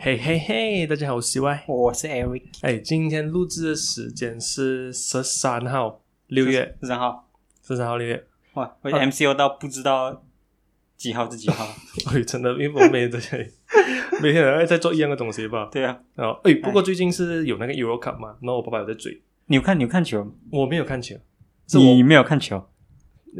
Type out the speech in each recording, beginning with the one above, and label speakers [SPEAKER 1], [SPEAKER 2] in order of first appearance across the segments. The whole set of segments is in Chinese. [SPEAKER 1] 嘿嘿嘿，大家好，我是 Y。
[SPEAKER 2] 我是 Eric，
[SPEAKER 1] 哎，今天录制的时间是十三号六月，
[SPEAKER 2] 十三号，
[SPEAKER 1] 十三号六月。
[SPEAKER 2] 哇，我
[SPEAKER 1] 啊
[SPEAKER 2] MCO 到不知道几号是几 号。
[SPEAKER 1] 哎，真的，因为我每天在这里，每天在在做一样的东西吧。
[SPEAKER 2] 对啊，
[SPEAKER 1] 然后，哎，不过最近是有那个 Euro Cup 嘛，然后我爸爸有在追，
[SPEAKER 2] 你有看你有看球吗？
[SPEAKER 1] 我没有看球，是
[SPEAKER 2] 你
[SPEAKER 1] 我
[SPEAKER 2] 没有看球？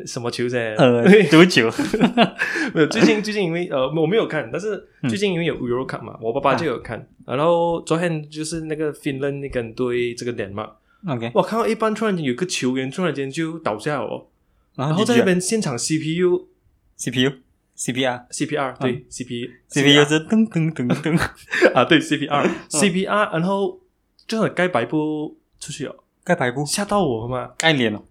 [SPEAKER 1] 什么球噻？
[SPEAKER 2] 呃， 多久？
[SPEAKER 1] 没有，最近最近因为呃我没有看，但是
[SPEAKER 2] 嗯
[SPEAKER 1] 最近因为有 Euro Cup 嘛，我爸爸就有看。然后昨天就是那个 Finland 那跟对这个 Denmark，
[SPEAKER 2] OK，
[SPEAKER 1] 我看到一半突然间有个球员突然间就倒下了哦，
[SPEAKER 2] 然
[SPEAKER 1] 然后
[SPEAKER 2] 后
[SPEAKER 1] 在
[SPEAKER 2] 这
[SPEAKER 1] 那
[SPEAKER 2] 边
[SPEAKER 1] 边现场 CPU。
[SPEAKER 2] CPU、CPR、
[SPEAKER 1] CPR 对 CP
[SPEAKER 2] CPU 是噔噔噔噔，
[SPEAKER 1] 啊对 CPR CPR，然后就很该白布出去了，
[SPEAKER 2] 盖白布，
[SPEAKER 1] 吓到我嘛
[SPEAKER 2] 盖脸哦。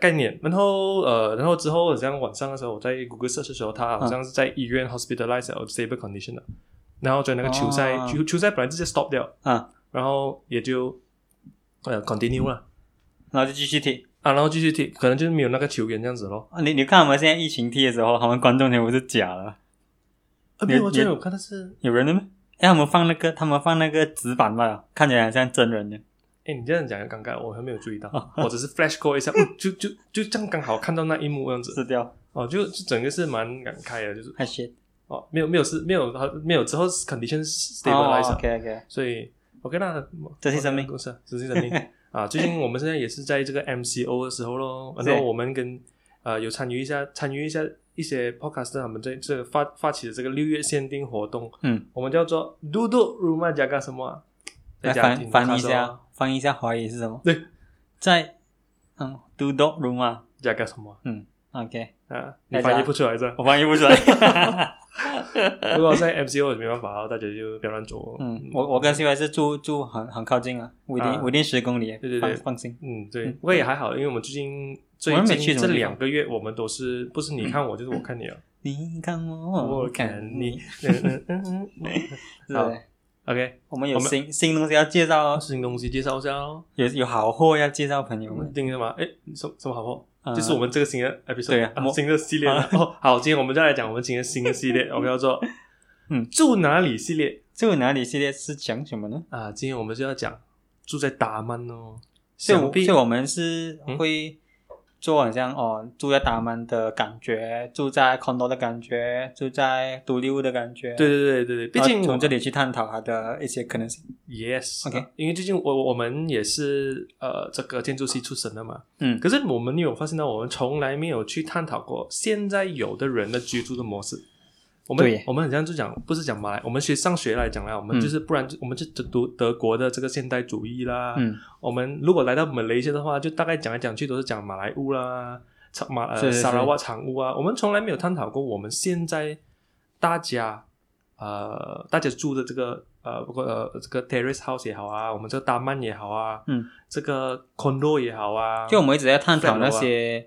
[SPEAKER 1] 概念。然后呃，然后之后好像晚上的时候，我在 Google search 的时候，他好像是在医院 hospitalized or stable condition 的。然后所以那个球赛
[SPEAKER 2] 哦
[SPEAKER 1] 球球赛本来直接 stop 掉，
[SPEAKER 2] 啊，
[SPEAKER 1] 然后也就呃 continue 了
[SPEAKER 2] 然后就继续踢。
[SPEAKER 1] 啊，然后继续踢，可能就是没有那个球员这样子咯。
[SPEAKER 2] 啊你你看我们现在疫情踢的时候，他们观众全部是假的，
[SPEAKER 1] 啊，
[SPEAKER 2] 你
[SPEAKER 1] 没有，我
[SPEAKER 2] 你
[SPEAKER 1] 真的有看到是，
[SPEAKER 2] 有人的吗？哎，他们放那个，他们放那个纸板吧，看起来很像真人的。
[SPEAKER 1] 哎，你这样讲也尴尬，我还没有注意到， 我只是 flash call 一下，嗯就就就这样刚好看到那一幕这样子。
[SPEAKER 2] 撕掉，
[SPEAKER 1] 哦，就就整个是蛮感慨的，就是
[SPEAKER 2] 还写。
[SPEAKER 1] 哦，没有没有是没有没有之后 condition
[SPEAKER 2] 哦
[SPEAKER 1] stabilize，、
[SPEAKER 2] ，OK OK，
[SPEAKER 1] 所以 OK 哦那
[SPEAKER 2] 珍惜生命
[SPEAKER 1] 公司珍惜 生命啊！最近我们现在也是在这个 MCO 的时候咯，
[SPEAKER 2] 是
[SPEAKER 1] 然后我们跟呃有参与一下参与一下一些 podcast，他们在这个发发起的这个六月限定活动，
[SPEAKER 2] 嗯，
[SPEAKER 1] 我们叫做 Dodo Ruma 加干什么、啊？
[SPEAKER 2] 来
[SPEAKER 1] 在家
[SPEAKER 2] 翻
[SPEAKER 1] 听
[SPEAKER 2] 翻译
[SPEAKER 1] podcast
[SPEAKER 2] 一
[SPEAKER 1] 咯
[SPEAKER 2] 下，翻译一下华语是什么？
[SPEAKER 1] 对，
[SPEAKER 2] 在嗯，do do room 啊
[SPEAKER 1] 加干什么
[SPEAKER 2] ，OK，
[SPEAKER 1] 啊？你
[SPEAKER 2] 大家
[SPEAKER 1] 翻译不出来是吧？
[SPEAKER 2] 我翻译不出 来。
[SPEAKER 1] 如果在 MCO 也没办法，大家就不要乱做。
[SPEAKER 2] 嗯，我我跟 C Y 是住住很很靠近啊，我一定
[SPEAKER 1] 啊
[SPEAKER 2] 我一定十公里，
[SPEAKER 1] 对对
[SPEAKER 2] 放
[SPEAKER 1] 对
[SPEAKER 2] 放心。
[SPEAKER 1] 嗯，对
[SPEAKER 2] 嗯，
[SPEAKER 1] 不过也还好，因为我们最近最
[SPEAKER 2] 我们没去
[SPEAKER 1] 近
[SPEAKER 2] 什
[SPEAKER 1] 这
[SPEAKER 2] 么地方嗯
[SPEAKER 1] 两个月，我们都是不是你看我就是我看你啊了，
[SPEAKER 2] 你看我，我看你，。
[SPEAKER 1] 嗯嗯嗯嗯嗯
[SPEAKER 2] 是
[SPEAKER 1] 好
[SPEAKER 2] 的。
[SPEAKER 1] OK，
[SPEAKER 2] 我们有
[SPEAKER 1] 我们
[SPEAKER 2] 新新东西要介绍哦，
[SPEAKER 1] 啊新东西介绍一下哦，
[SPEAKER 2] 有有好货要介绍朋友们。
[SPEAKER 1] 定什么？哎，什么什么好货？
[SPEAKER 2] 呃
[SPEAKER 1] 嗯就是我们这个新的 episode，
[SPEAKER 2] 对啊
[SPEAKER 1] 啊
[SPEAKER 2] 我
[SPEAKER 1] 新的系 列了。哦，好，今天我们再来讲我们今天新的系列，我 们叫做
[SPEAKER 2] 嗯
[SPEAKER 1] 住哪里系列
[SPEAKER 2] 住哪里系列是讲什么呢？
[SPEAKER 1] 啊。今天我们就要讲住在达曼哦，
[SPEAKER 2] 就
[SPEAKER 1] 想必
[SPEAKER 2] 就我们是
[SPEAKER 1] 嗯
[SPEAKER 2] 会做很像哦，住在达曼的感觉，住在 condo 的感觉，住在独立屋的感觉。
[SPEAKER 1] 对对对对对，毕
[SPEAKER 2] 然后
[SPEAKER 1] 竟我
[SPEAKER 2] 从这里去探讨它的一些可能性。
[SPEAKER 1] Yes，啊
[SPEAKER 2] OK
[SPEAKER 1] 因为最近我我们也是呃这个建筑系出身的嘛，
[SPEAKER 2] 嗯
[SPEAKER 1] 可是我们有发现到，我们从来没有去探讨过现在有的人的居住的模式。我们
[SPEAKER 2] 对耶
[SPEAKER 1] 我们很像就讲，不是讲马来，我们学上学来讲啦，我们
[SPEAKER 2] 嗯
[SPEAKER 1] 就是不然就我们就读德国的这个现代主义啦。
[SPEAKER 2] 嗯，
[SPEAKER 1] 我们如果来到马来西亚的话，就大概讲来讲去都是讲马来屋啦、长马呃
[SPEAKER 2] 是是
[SPEAKER 1] 沙拉瓦长屋啊，我们从来没有探讨过我们现在大家呃大家住的这个呃不过呃这个 terrace house 也好啊，我们这个大曼也好啊，
[SPEAKER 2] 嗯，
[SPEAKER 1] 这个 condo 也好啊，
[SPEAKER 2] 就我们一直在探讨
[SPEAKER 1] Flat
[SPEAKER 2] 那
[SPEAKER 1] low 啊
[SPEAKER 2] 些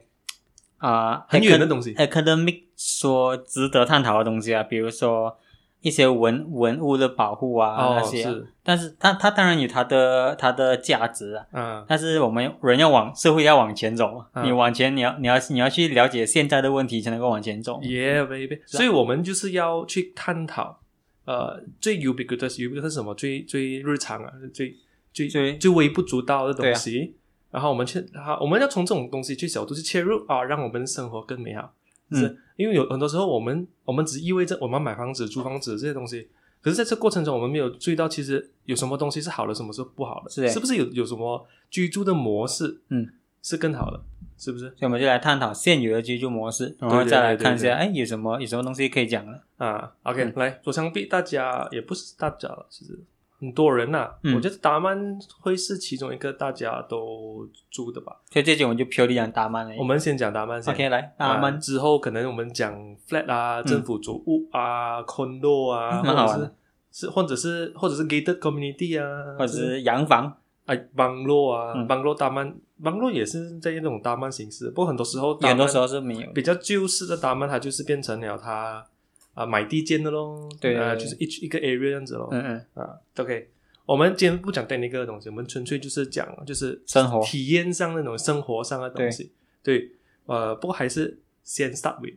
[SPEAKER 2] 啊、
[SPEAKER 1] 很远的
[SPEAKER 2] acad-
[SPEAKER 1] 东西
[SPEAKER 2] academic 说值得探讨的东西啊，比如说一些文文物的保护啊、
[SPEAKER 1] 哦
[SPEAKER 2] 那些啊。
[SPEAKER 1] 是
[SPEAKER 2] 但是它它当然有它的它的价值啊，
[SPEAKER 1] 嗯
[SPEAKER 2] 但是我们人要往社会要往前走嘛，
[SPEAKER 1] 嗯
[SPEAKER 2] 你往前你要你要你要去了解现在的问题才能够往前走。
[SPEAKER 1] ，yeah baby，
[SPEAKER 2] 是啊
[SPEAKER 1] 所以我们就是要去探讨呃最 ubiquitous ubiquitous 是什么最最日常啊最最
[SPEAKER 2] 最
[SPEAKER 1] 最微不足道的
[SPEAKER 2] 对
[SPEAKER 1] 东
[SPEAKER 2] 啊
[SPEAKER 1] 西。然后我们去，好，我们要从这种东西去角度去切入啊，让我们的生活更美好。是、
[SPEAKER 2] 嗯
[SPEAKER 1] 因为有很多时候我们我们只意味着我们买房子、租房子这些东西，可是在这过程中我们没有注意到，其实有什么东西是好的，什么是不好的，
[SPEAKER 2] 是欸
[SPEAKER 1] 不是有有什么居住的模式，
[SPEAKER 2] 嗯，
[SPEAKER 1] 是更好的，是不是
[SPEAKER 2] 所以我们就来探讨现有的居住模式，然后
[SPEAKER 1] 哦对对
[SPEAKER 2] 再来
[SPEAKER 1] 对
[SPEAKER 2] 看一下，
[SPEAKER 1] 对
[SPEAKER 2] 哎，有什么有什么东西可以讲了？
[SPEAKER 1] 啊？OK，、
[SPEAKER 2] 嗯
[SPEAKER 1] 来，左墙壁大家也不是大家了，其实很多人呐、
[SPEAKER 2] 嗯
[SPEAKER 1] 我觉得达曼会是其中一个大家都住的吧。
[SPEAKER 2] 所以这集我们就 purely 讲达曼了。
[SPEAKER 1] 我们先讲达曼先。
[SPEAKER 2] 哎 OK 来达曼
[SPEAKER 1] 啊之后，可能我们讲 flat 啊、政府主屋啊、condo 啊，
[SPEAKER 2] 嗯蛮好
[SPEAKER 1] 或
[SPEAKER 2] 玩
[SPEAKER 1] 者
[SPEAKER 2] 的
[SPEAKER 1] 是是或者是或者是 gated community 啊，
[SPEAKER 2] 或者是洋房，
[SPEAKER 1] 哎 bungalow 啊
[SPEAKER 2] 嗯
[SPEAKER 1] ，bungalow 大曼 bungalow 也是在那种大曼形式，不过很多时候
[SPEAKER 2] 有很多时
[SPEAKER 1] 候
[SPEAKER 2] 候是没有的。
[SPEAKER 1] 比较旧式的大曼，它就是变成了它啊买地建的咯，
[SPEAKER 2] 对
[SPEAKER 1] 啊，
[SPEAKER 2] 对对
[SPEAKER 1] 就是一区一个 area 这样子咯，
[SPEAKER 2] 嗯嗯，
[SPEAKER 1] 啊，OK。我们今天不讲 technical 的东西，我们纯粹就是讲就是
[SPEAKER 2] 生活
[SPEAKER 1] 体验上那种生活上的东西。对，呃，不过还是先 start with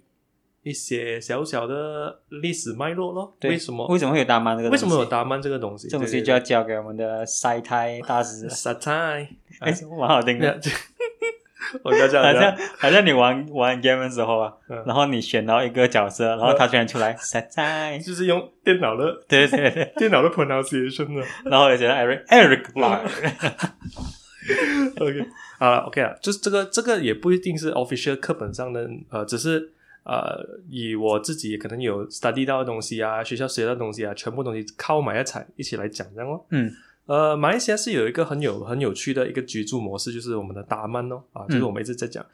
[SPEAKER 1] 一些小小的历史脉络咯。
[SPEAKER 2] 对
[SPEAKER 1] 为什么
[SPEAKER 2] 为什么会有大妈这个
[SPEAKER 1] 为
[SPEAKER 2] 东西？
[SPEAKER 1] 什么有达曼这个东西？。
[SPEAKER 2] 这种东西就要交给我们的晒胎大师
[SPEAKER 1] 撒 菜，
[SPEAKER 2] 哎，蛮好听
[SPEAKER 1] 没有
[SPEAKER 2] 的，
[SPEAKER 1] 这 我不要这
[SPEAKER 2] 好
[SPEAKER 1] 样子啊
[SPEAKER 2] 像。好像你玩玩 game 的时候啊
[SPEAKER 1] 嗯，
[SPEAKER 2] 然后你选到一个角色，然后他突然出来晒胎，
[SPEAKER 1] 就是用电脑的
[SPEAKER 2] 对对对对，
[SPEAKER 1] 电脑的 pronunciation 啊。
[SPEAKER 2] 然后我就觉得哎 Eric Eric 来，
[SPEAKER 1] OK 啊，OK 啊，就是这个这个也不一定是 official 课本上的，呃，只是呃以我自己可能有 study 到的东西啊，学校学到的东西啊，全部东西靠埋一起一起来讲这样咯。
[SPEAKER 2] 嗯
[SPEAKER 1] 呃，马来西亚是有一个很有很有趣的一个居住模式，就是我们的达曼哦，
[SPEAKER 2] 嗯
[SPEAKER 1] 啊，就是我们一直在讲，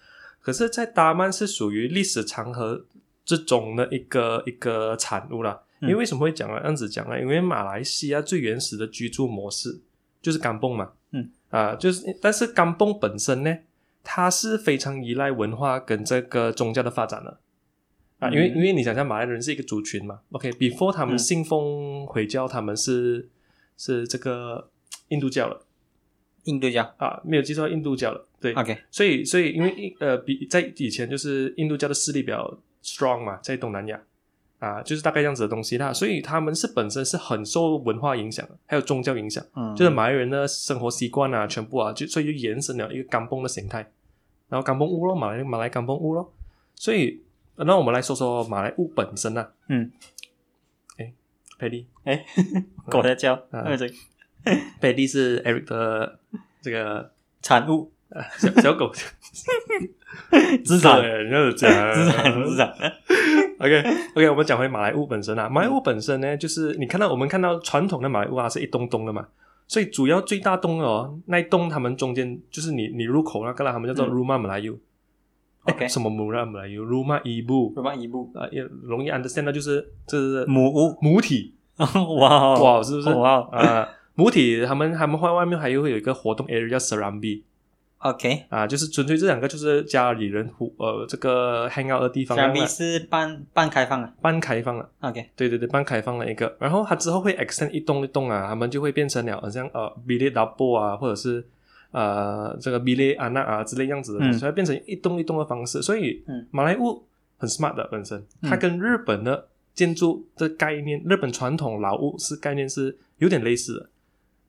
[SPEAKER 1] 可是，在达曼是属于历史长河之中的一个一个产物啦。因为
[SPEAKER 2] 嗯
[SPEAKER 1] 为什么会讲啊这样子讲呢？因为马来西亚最原始的居住模式就是甘蹦嘛，
[SPEAKER 2] 嗯
[SPEAKER 1] 啊、就是但是甘蹦本身呢，它是非常依赖文化跟这个宗教的发展的。啊，因为
[SPEAKER 2] 嗯
[SPEAKER 1] 因为你想象马来人是一个族群嘛，OK，before、他们
[SPEAKER 2] 嗯
[SPEAKER 1] 信奉回教，他们是是这个印度教了
[SPEAKER 2] 印度教
[SPEAKER 1] 啊，没有记错，印度教了，对，
[SPEAKER 2] ，OK，
[SPEAKER 1] 所以，所以因为印呃，比在以前就是印度教的势力比较 strong 嘛，在东南亚啊，就是大概这样子的东西啦。所以他们是本身是很受文化影响的，还有宗教影响，
[SPEAKER 2] 嗯，
[SPEAKER 1] 就是马来人的生活习惯啊，全部啊，就所以就延伸了一个甘崩的形态，然后甘崩屋咯，马来马来甘崩屋咯。所以，呃那我们来说说马来屋本身啊，
[SPEAKER 2] 嗯，
[SPEAKER 1] 哎，佩蒂，
[SPEAKER 2] 哎，狗在叫，
[SPEAKER 1] 嗯
[SPEAKER 2] 那是
[SPEAKER 1] 佩蒂是 Eric 的这个
[SPEAKER 2] 产物，
[SPEAKER 1] 呃小 小狗，
[SPEAKER 2] 资产，
[SPEAKER 1] 对，你要
[SPEAKER 2] 资
[SPEAKER 1] 讲
[SPEAKER 2] 产，资产，
[SPEAKER 1] OK OK，我们讲回马来屋本身啊，马来屋本身呢，就是你看到我们看到传统的马来屋啊，是一栋栋的嘛，所以主要最大栋的哦，那一栋他们中间就是你你入口那个啦，他们叫做
[SPEAKER 2] 嗯
[SPEAKER 1] Rumah Melayu，
[SPEAKER 2] OK
[SPEAKER 1] 呃什么 Rumah Melayu，Rumah Ibu，
[SPEAKER 2] 什么一步
[SPEAKER 1] 呃，也容易 understand 到就是这是
[SPEAKER 2] 母屋，
[SPEAKER 1] 母体，
[SPEAKER 2] 哇哦
[SPEAKER 1] 哇，是不是？
[SPEAKER 2] 哇哦
[SPEAKER 1] 啊，母体他们他们外外面还有会有一个活动 area 叫 Serambi
[SPEAKER 2] ，OK，
[SPEAKER 1] 啊，就是纯粹这两个就是家里人互呃这个 hang out 的地方啦，
[SPEAKER 2] 香槟是半半开放啊
[SPEAKER 1] 半开放了。
[SPEAKER 2] ，OK，
[SPEAKER 1] 对对对，半开放了一个，然后它之后会 extend 一栋一栋啊，他们就会变成了好像呃 b i l l e d a b o 啊，或者是呃这个 b i l l e a n a 啊之类样子的东西，
[SPEAKER 2] 嗯
[SPEAKER 1] 所以它变成一栋一栋的方式。所以
[SPEAKER 2] 嗯
[SPEAKER 1] 马来屋很 smart 的本身，
[SPEAKER 2] 嗯
[SPEAKER 1] 它跟日本的建筑的概念，日本传统老屋是概念是有点类似的。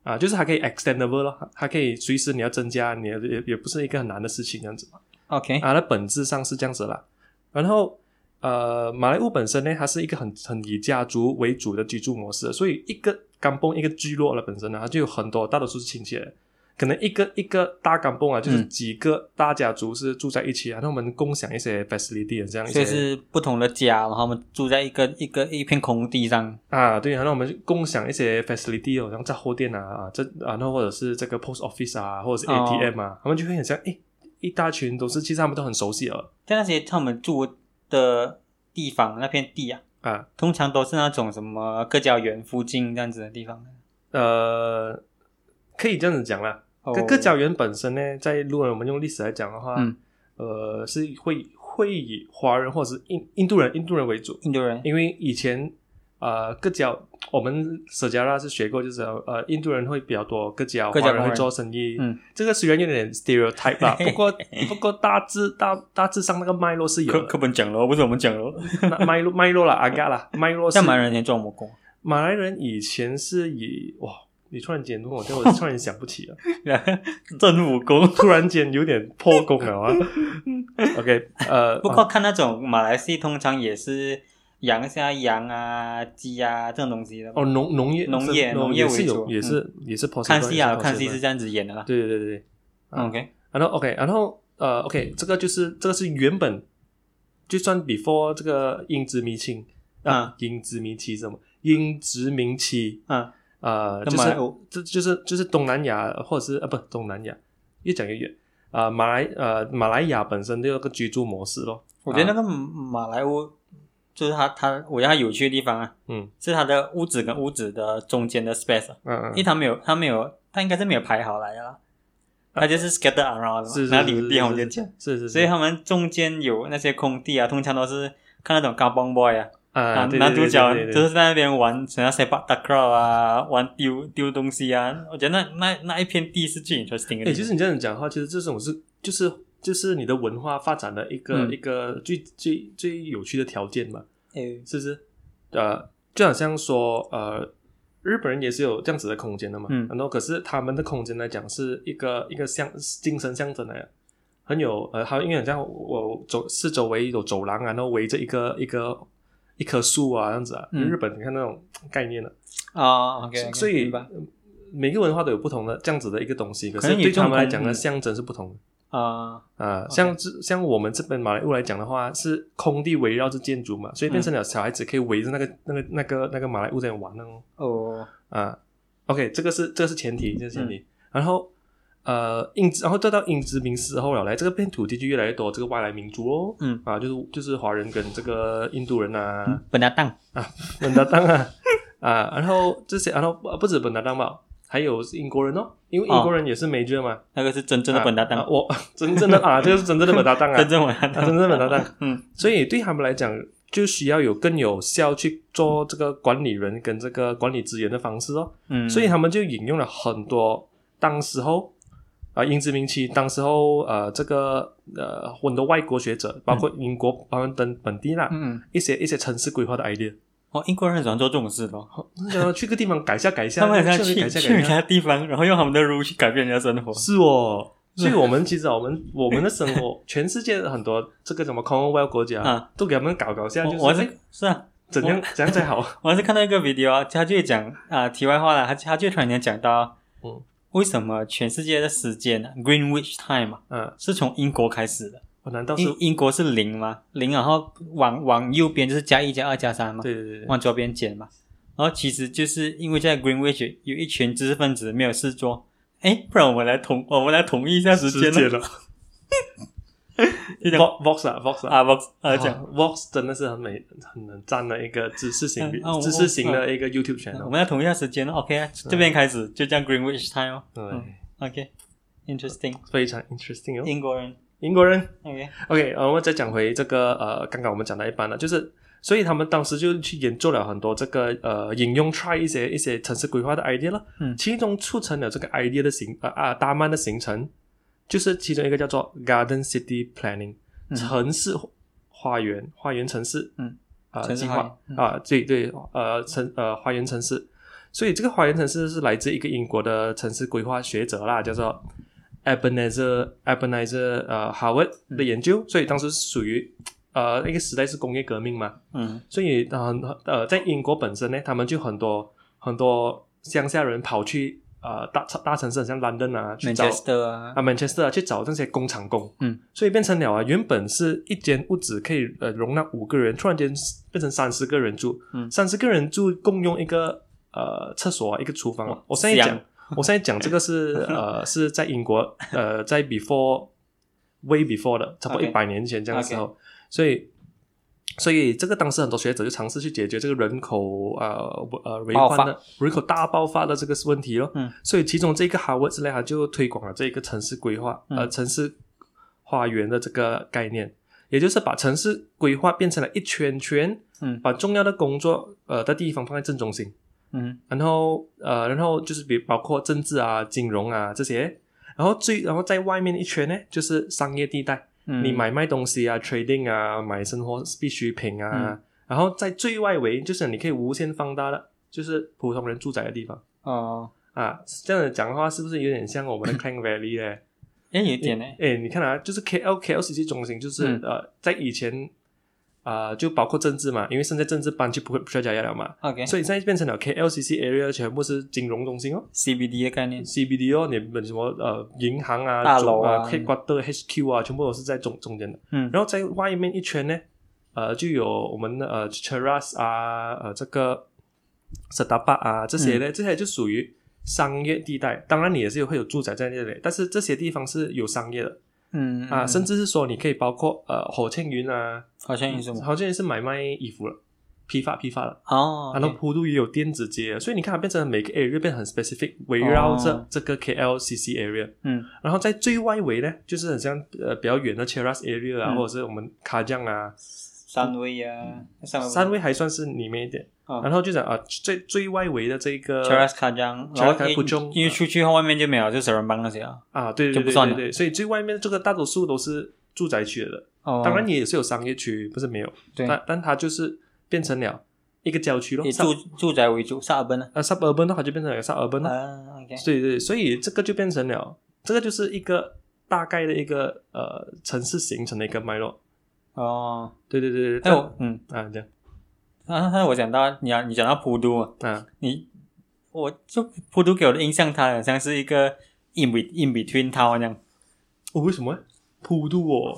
[SPEAKER 1] 啊，就是它可以 extendable 咯，它可以随时你要增加，你也也也不是一个很难的事情这样子。
[SPEAKER 2] OK，
[SPEAKER 1] 啊，那本质上是这样子啦。然后呃，马来屋本身呢，它是一个很很以家族为主的居住模式，所以一个港崩一个聚落了本身呢，啊它就有很多大多数是亲戚的。可能一个一个大港崩啊，就是
[SPEAKER 2] 嗯
[SPEAKER 1] 几个大家族是住在一起啊，那、我们共享一些 facility 啊这样一
[SPEAKER 2] 所
[SPEAKER 1] 些
[SPEAKER 2] 以是不同的家，然后他们住在一个一个一片空地上，
[SPEAKER 1] 啊，对，然后我们共享一些 facility 哦，像杂货店啊，啊这然后或者是这个 post office 啊，或者是
[SPEAKER 2] 哦
[SPEAKER 1] ATM 啊，他们就会很像诶，一大群都是，其实他们都很熟悉啊了
[SPEAKER 2] 但那些他们住的地方那片地啊，
[SPEAKER 1] 啊，
[SPEAKER 2] 通常都是那种什么各家园附近这样子的地方。
[SPEAKER 1] 呃，可以这样子讲啦。
[SPEAKER 2] 哦
[SPEAKER 1] 各各角园本身呢，在如果我们用历史来讲的话，
[SPEAKER 2] 嗯
[SPEAKER 1] 呃，是会会以华人或者是印印度人印度人为主，
[SPEAKER 2] 印度人，
[SPEAKER 1] 因为以前呃各角我们史加拉是学过，就是呃印度人会比较多，各角
[SPEAKER 2] 各角
[SPEAKER 1] 华人
[SPEAKER 2] 华
[SPEAKER 1] 会
[SPEAKER 2] 人
[SPEAKER 1] 做生意。
[SPEAKER 2] 嗯
[SPEAKER 1] 这个虽然有点 stereotype 啦，不过不过大致大大致上那个脉络是有
[SPEAKER 2] 课
[SPEAKER 1] 的，
[SPEAKER 2] 课本讲了，不是我们讲了。
[SPEAKER 1] 那脉络脉络啦，阿嘎啦，脉络 是
[SPEAKER 2] 像马来人先做魔 工，
[SPEAKER 1] 马来人以前是以哇，你突然间问我，但我突然想不起了，
[SPEAKER 2] 正武功。
[SPEAKER 1] 突然间有点破功了啊。OK，呃，
[SPEAKER 2] 嗯不过看那种马来西亚通常也是养一下羊啊、鸡啊这种东西的。
[SPEAKER 1] 哦，农农业
[SPEAKER 2] 农业
[SPEAKER 1] 是哦
[SPEAKER 2] 农业
[SPEAKER 1] 也是
[SPEAKER 2] 为
[SPEAKER 1] 有
[SPEAKER 2] 主
[SPEAKER 1] 也是也是 possible，
[SPEAKER 2] 看戏啊，
[SPEAKER 1] 也
[SPEAKER 2] 看戏
[SPEAKER 1] possible
[SPEAKER 2] 是这样子演的啦。
[SPEAKER 1] 对对对对，
[SPEAKER 2] 嗯 OK，
[SPEAKER 1] 然后 OK，然后呃 OK，这个就是这个是原本就算 before 这个英殖民期啊，英殖民期是什么？英殖民期
[SPEAKER 2] 嗯，
[SPEAKER 1] 呃，
[SPEAKER 2] 那
[SPEAKER 1] 就
[SPEAKER 2] 马来
[SPEAKER 1] 是这就是就是东南亚或者是呃不东南亚，越讲越远啊、马来呃马来亚本身的一个居住模式咯，
[SPEAKER 2] 我觉得那个马来屋就是它它，我觉得它有趣的地方啊，
[SPEAKER 1] 嗯
[SPEAKER 2] 是它的屋子跟屋子的中间的 space，啊
[SPEAKER 1] 嗯
[SPEAKER 2] 因为
[SPEAKER 1] 嗯，
[SPEAKER 2] 它没有它没有它应该是没有排好来的啦，它就是 scatter around，
[SPEAKER 1] 是是
[SPEAKER 2] 哪
[SPEAKER 1] 是
[SPEAKER 2] 里有
[SPEAKER 1] 是
[SPEAKER 2] 地方
[SPEAKER 1] 是
[SPEAKER 2] 就是讲。
[SPEAKER 1] 是是，
[SPEAKER 2] 所以他们中间有那些空地啊，通常都是看那种高帮 boy 啊，
[SPEAKER 1] 啊
[SPEAKER 2] 男
[SPEAKER 1] 对对
[SPEAKER 2] 男主
[SPEAKER 1] 对
[SPEAKER 2] 角
[SPEAKER 1] 对对
[SPEAKER 2] 就是在那边玩，什么 sepak takraw 啊，玩丢丢东西啊。我觉得那那那一片地是最 interesting 的地方。
[SPEAKER 1] 哎，其实你这样讲的话，其实这种是就是就是你的文化发展的一个、
[SPEAKER 2] 嗯
[SPEAKER 1] 一个最最最有趣的条件嘛，
[SPEAKER 2] 诶，
[SPEAKER 1] 是不是？呃，就好像说呃，日本人也是有这样子的空间的嘛，
[SPEAKER 2] 嗯
[SPEAKER 1] 然后可是他们的空间来讲是一个一个象精神象征来的。很有呃，还有因为好像我我走四周围有走廊啊，然后围着一个一个一棵树啊，这样子啊。
[SPEAKER 2] 嗯
[SPEAKER 1] 日本你看那种概念的、
[SPEAKER 2] 啊，OK，
[SPEAKER 1] 所以
[SPEAKER 2] 吧，
[SPEAKER 1] 每个文化都有不同的这样子的一个东西，可
[SPEAKER 2] 可
[SPEAKER 1] 是
[SPEAKER 2] 能也
[SPEAKER 1] 对他们来
[SPEAKER 2] 共
[SPEAKER 1] 讲呢，
[SPEAKER 2] 嗯
[SPEAKER 1] 象征是不同的。
[SPEAKER 2] 啊，
[SPEAKER 1] 啊、
[SPEAKER 2] OK
[SPEAKER 1] 像这像我们这边马来屋来讲的话，是空地围绕着建筑嘛，所以变成了小孩子可以围着那个、那个那个那个马来屋在玩哦。
[SPEAKER 2] 哦，
[SPEAKER 1] 啊、o k 这个是这个是前提，这
[SPEAKER 2] 嗯
[SPEAKER 1] 是前提。然后呃，英殖然后再到英殖民时候了，来这个片土地就越来越多这个外来民族哦，
[SPEAKER 2] 嗯
[SPEAKER 1] 啊，就是就是华人跟这个印度人啊，
[SPEAKER 2] 本来当，
[SPEAKER 1] 本达当啊啊，然后这些然后呃不止本达当吧，还有英国人哦，因为英国人也是 major 嘛，
[SPEAKER 2] 那个是哦真正的本来当
[SPEAKER 1] 啊，我 真正的啊，这个是真正的本达当 啊，
[SPEAKER 2] 真正本来
[SPEAKER 1] 啊，
[SPEAKER 2] 当，
[SPEAKER 1] 真正的搭档。
[SPEAKER 2] 嗯
[SPEAKER 1] 所以对他们来讲，就需要有更有效去做这个管理人跟这个管理资源的方式哦。
[SPEAKER 2] 嗯，
[SPEAKER 1] 所以他们就引用了很多当时候啊、英殖民期当时候呃这个呃很多外国学者，包括英国、包括等本地啦。
[SPEAKER 2] 嗯，嗯
[SPEAKER 1] 一些一些城市规划的 idea，
[SPEAKER 2] 哦，英国人很喜欢做这种事的哦，
[SPEAKER 1] 然后去个地方改一下改一下，
[SPEAKER 2] 他们很像
[SPEAKER 1] 去
[SPEAKER 2] 去
[SPEAKER 1] 改一下
[SPEAKER 2] 去
[SPEAKER 1] 改一
[SPEAKER 2] 人
[SPEAKER 1] 下，
[SPEAKER 2] 家地方，然后用他们的 rule 去改变人家生活。
[SPEAKER 1] 是哦。所以我们其实啊我们我们的生活，全世界的很多这个什么 Commonwealth 国家、
[SPEAKER 2] 啊
[SPEAKER 1] 都给他们搞搞下，
[SPEAKER 2] 我
[SPEAKER 1] 就是
[SPEAKER 2] 我
[SPEAKER 1] 哎
[SPEAKER 2] 是是啊，
[SPEAKER 1] 怎样怎样才 好？
[SPEAKER 2] 我还是看到一个 video 啊，他就会讲啊、题外话啦，他他就突然间讲到，
[SPEAKER 1] 嗯，
[SPEAKER 2] 为什么全世界的时间啊 Greenwich time 啊，
[SPEAKER 1] 嗯，
[SPEAKER 2] 是从英国开始的？
[SPEAKER 1] 我哦难道是？
[SPEAKER 2] 英英国是零嘛，零，然后往往右边就是加一加二加三嘛，
[SPEAKER 1] 对对对对，
[SPEAKER 2] 往左边减嘛。然后其实就是因为在 Greenwich 有一群知识分子没有事做，哎，不然我们来统我们来统一一下时间
[SPEAKER 1] 直接
[SPEAKER 2] 呢？
[SPEAKER 1] 了。
[SPEAKER 2] 就讲
[SPEAKER 1] Vox Vox 啊 Vox 啊，
[SPEAKER 2] 啊，我啊讲，
[SPEAKER 1] 哇 Vox 真的是很美很能赞的一个知识型
[SPEAKER 2] 嗯啊我
[SPEAKER 1] 知识型的一个 YouTube
[SPEAKER 2] 我
[SPEAKER 1] channel。
[SPEAKER 2] 们来统一下时间了，OK 啊，这边开始就这样 Greenwich time 哦
[SPEAKER 1] 对，
[SPEAKER 2] ，OK，interesting，、
[SPEAKER 1] 非常 interesting 哦。
[SPEAKER 2] 英国人
[SPEAKER 1] 英国人
[SPEAKER 2] ，OK，
[SPEAKER 1] ，OK，呃，我们再讲回这个呃，刚刚我们讲到一半了，就是。所以他们当时就去研究了很多这个呃引用 try 一些一些城市规划的 idea 了，
[SPEAKER 2] 嗯
[SPEAKER 1] 其中促成了这个 idea 的形呃啊大曼的形成，就是其中一个叫做 Garden City Planning，、
[SPEAKER 2] 嗯
[SPEAKER 1] 城市花园花园城市，
[SPEAKER 2] 嗯
[SPEAKER 1] 啊、
[SPEAKER 2] 城市
[SPEAKER 1] 计
[SPEAKER 2] 花
[SPEAKER 1] 划
[SPEAKER 2] 园嗯
[SPEAKER 1] 啊，对对，呃，城呃花园城市，所以这个花园城市是来自一个英国的城市规划学者啦，叫做 Ebenezer Ebenezer 呃 Howard
[SPEAKER 2] 嗯
[SPEAKER 1] 的研究，所以当时是属于呃那个时代是工业革命嘛，
[SPEAKER 2] 嗯。
[SPEAKER 1] 所以呃呃在英国本身呢，他们就很多很多乡下人跑去呃大大城市，很像 London 啊，去找
[SPEAKER 2] Manchester 啊，
[SPEAKER 1] 啊 Manchester 啊去找这些工厂工，
[SPEAKER 2] 嗯，
[SPEAKER 1] 所以变成了啊，原本是一间屋子可以呃容纳五个人，突然间变成三十个人住，
[SPEAKER 2] 嗯
[SPEAKER 1] 三十个人住共用一个呃厕所啊，一个厨房啊
[SPEAKER 2] 哇。
[SPEAKER 1] 我现在
[SPEAKER 2] 香
[SPEAKER 1] 讲，我现在讲这个 是呃是在英国呃在 before way before 的，差不多一
[SPEAKER 2] OK
[SPEAKER 1] 百年前这样的时候所以。所以这个当时很多学者就尝试去解决这个人口呃呃为
[SPEAKER 2] 爆
[SPEAKER 1] 患的人口大爆发的这个问题咯。
[SPEAKER 2] 嗯，
[SPEAKER 1] 所以其中这个哈佛之类，他就推广了这个城市规划、呃
[SPEAKER 2] 嗯
[SPEAKER 1] 城市花园的这个概念，也就是把城市规划变成了一圈圈，
[SPEAKER 2] 嗯
[SPEAKER 1] 把重要的工作呃的地方放在正中心，
[SPEAKER 2] 嗯
[SPEAKER 1] 然后呃然后就是比包括政治啊、金融啊这些，然后最然后在外面一圈呢就是商业地带，
[SPEAKER 2] 嗯，
[SPEAKER 1] 你买卖东西啊、trading 啊、买生活必需品啊，
[SPEAKER 2] 嗯
[SPEAKER 1] 然后在最外围就是你可以无限放大的，就是普通人住宅的地方
[SPEAKER 2] 哦，
[SPEAKER 1] 啊。这样子讲的话，是不是有点像我们的 Klang Valley 呢？
[SPEAKER 2] 哎，有一点呢，
[SPEAKER 1] 诶，你看啊，就是 KL KL 实际中心，就是、
[SPEAKER 2] 嗯
[SPEAKER 1] 呃，在以前啊、呃就包括政治嘛，因为现在政治搬去普普加加了嘛，
[SPEAKER 2] OK，
[SPEAKER 1] 所以现在变成了 KLCC area 全部是金融中心哦。
[SPEAKER 2] CBD 的概念，
[SPEAKER 1] CBD 哦，你们什么呃银行啊、
[SPEAKER 2] 大
[SPEAKER 1] 总
[SPEAKER 2] 楼啊
[SPEAKER 1] 啊、headquarter、HQ 啊，全部都是在中中间的。
[SPEAKER 2] 嗯，
[SPEAKER 1] 然后在外面一圈呢，呃，就有我们的呃 Cheras 啊，呃，这个 s t a b a 啊，这些呢，
[SPEAKER 2] 嗯
[SPEAKER 1] 这些就属于商业地带。当然，你也是有会有住宅在那里，但是这些地方是有商业的
[SPEAKER 2] 嗯
[SPEAKER 1] 啊，甚
[SPEAKER 2] 至
[SPEAKER 1] 至是说你可以包括呃火庆云啊，
[SPEAKER 2] 好像有什么
[SPEAKER 1] 好像也是买卖衣服了，批发批发的。
[SPEAKER 2] 哦，
[SPEAKER 1] 然后普渡也有电子街，所以你看它变成每个 area 变得很 specific，围绕着
[SPEAKER 2] 哦
[SPEAKER 1] 这个 KLCC area。
[SPEAKER 2] 嗯
[SPEAKER 1] 然后在最外围呢，就是很像呃比较远的 Cheras area 啊，
[SPEAKER 2] 嗯
[SPEAKER 1] 或者是我们卡酱啊，
[SPEAKER 2] 三位啊，
[SPEAKER 1] 嗯
[SPEAKER 2] 三位
[SPEAKER 1] 三位还算是里面一点，
[SPEAKER 2] 啊
[SPEAKER 1] 然后就讲啊，最最外围的这个
[SPEAKER 2] c h e r a s 卡江，然
[SPEAKER 1] Cheras
[SPEAKER 2] 后
[SPEAKER 1] Kajang，
[SPEAKER 2] 因为出去后外面就没有，就蛇人帮那些啊。
[SPEAKER 1] 啊，对
[SPEAKER 2] 就
[SPEAKER 1] 对
[SPEAKER 2] 不
[SPEAKER 1] 对
[SPEAKER 2] 算
[SPEAKER 1] 对
[SPEAKER 2] 了
[SPEAKER 1] 对，所以最外面这个大多数都是住宅区的，
[SPEAKER 2] 哦，
[SPEAKER 1] 当然也是有商业区，不是没有，
[SPEAKER 2] 对，
[SPEAKER 1] 但但它就是变成了一个郊区咯，
[SPEAKER 2] 以
[SPEAKER 1] 上
[SPEAKER 2] 住住宅为主，萨尔本啊。
[SPEAKER 1] 呃 suburban 的话就变成了 suburban 咯，
[SPEAKER 2] 啊，OK，
[SPEAKER 1] 对对，所以这个就变成了，这个就是一个大概的一个呃城市形成的一个脉络。
[SPEAKER 2] 哦，
[SPEAKER 1] 对对对对，
[SPEAKER 2] 还
[SPEAKER 1] 但
[SPEAKER 2] 有嗯，
[SPEAKER 1] 啊这样
[SPEAKER 2] 啊，还有我讲到你啊，你讲到普都啊，
[SPEAKER 1] 啊
[SPEAKER 2] 你我就普都给我的印象，它好像是一个 in be in between town 那样，
[SPEAKER 1] 哦为什么呢普渡哦？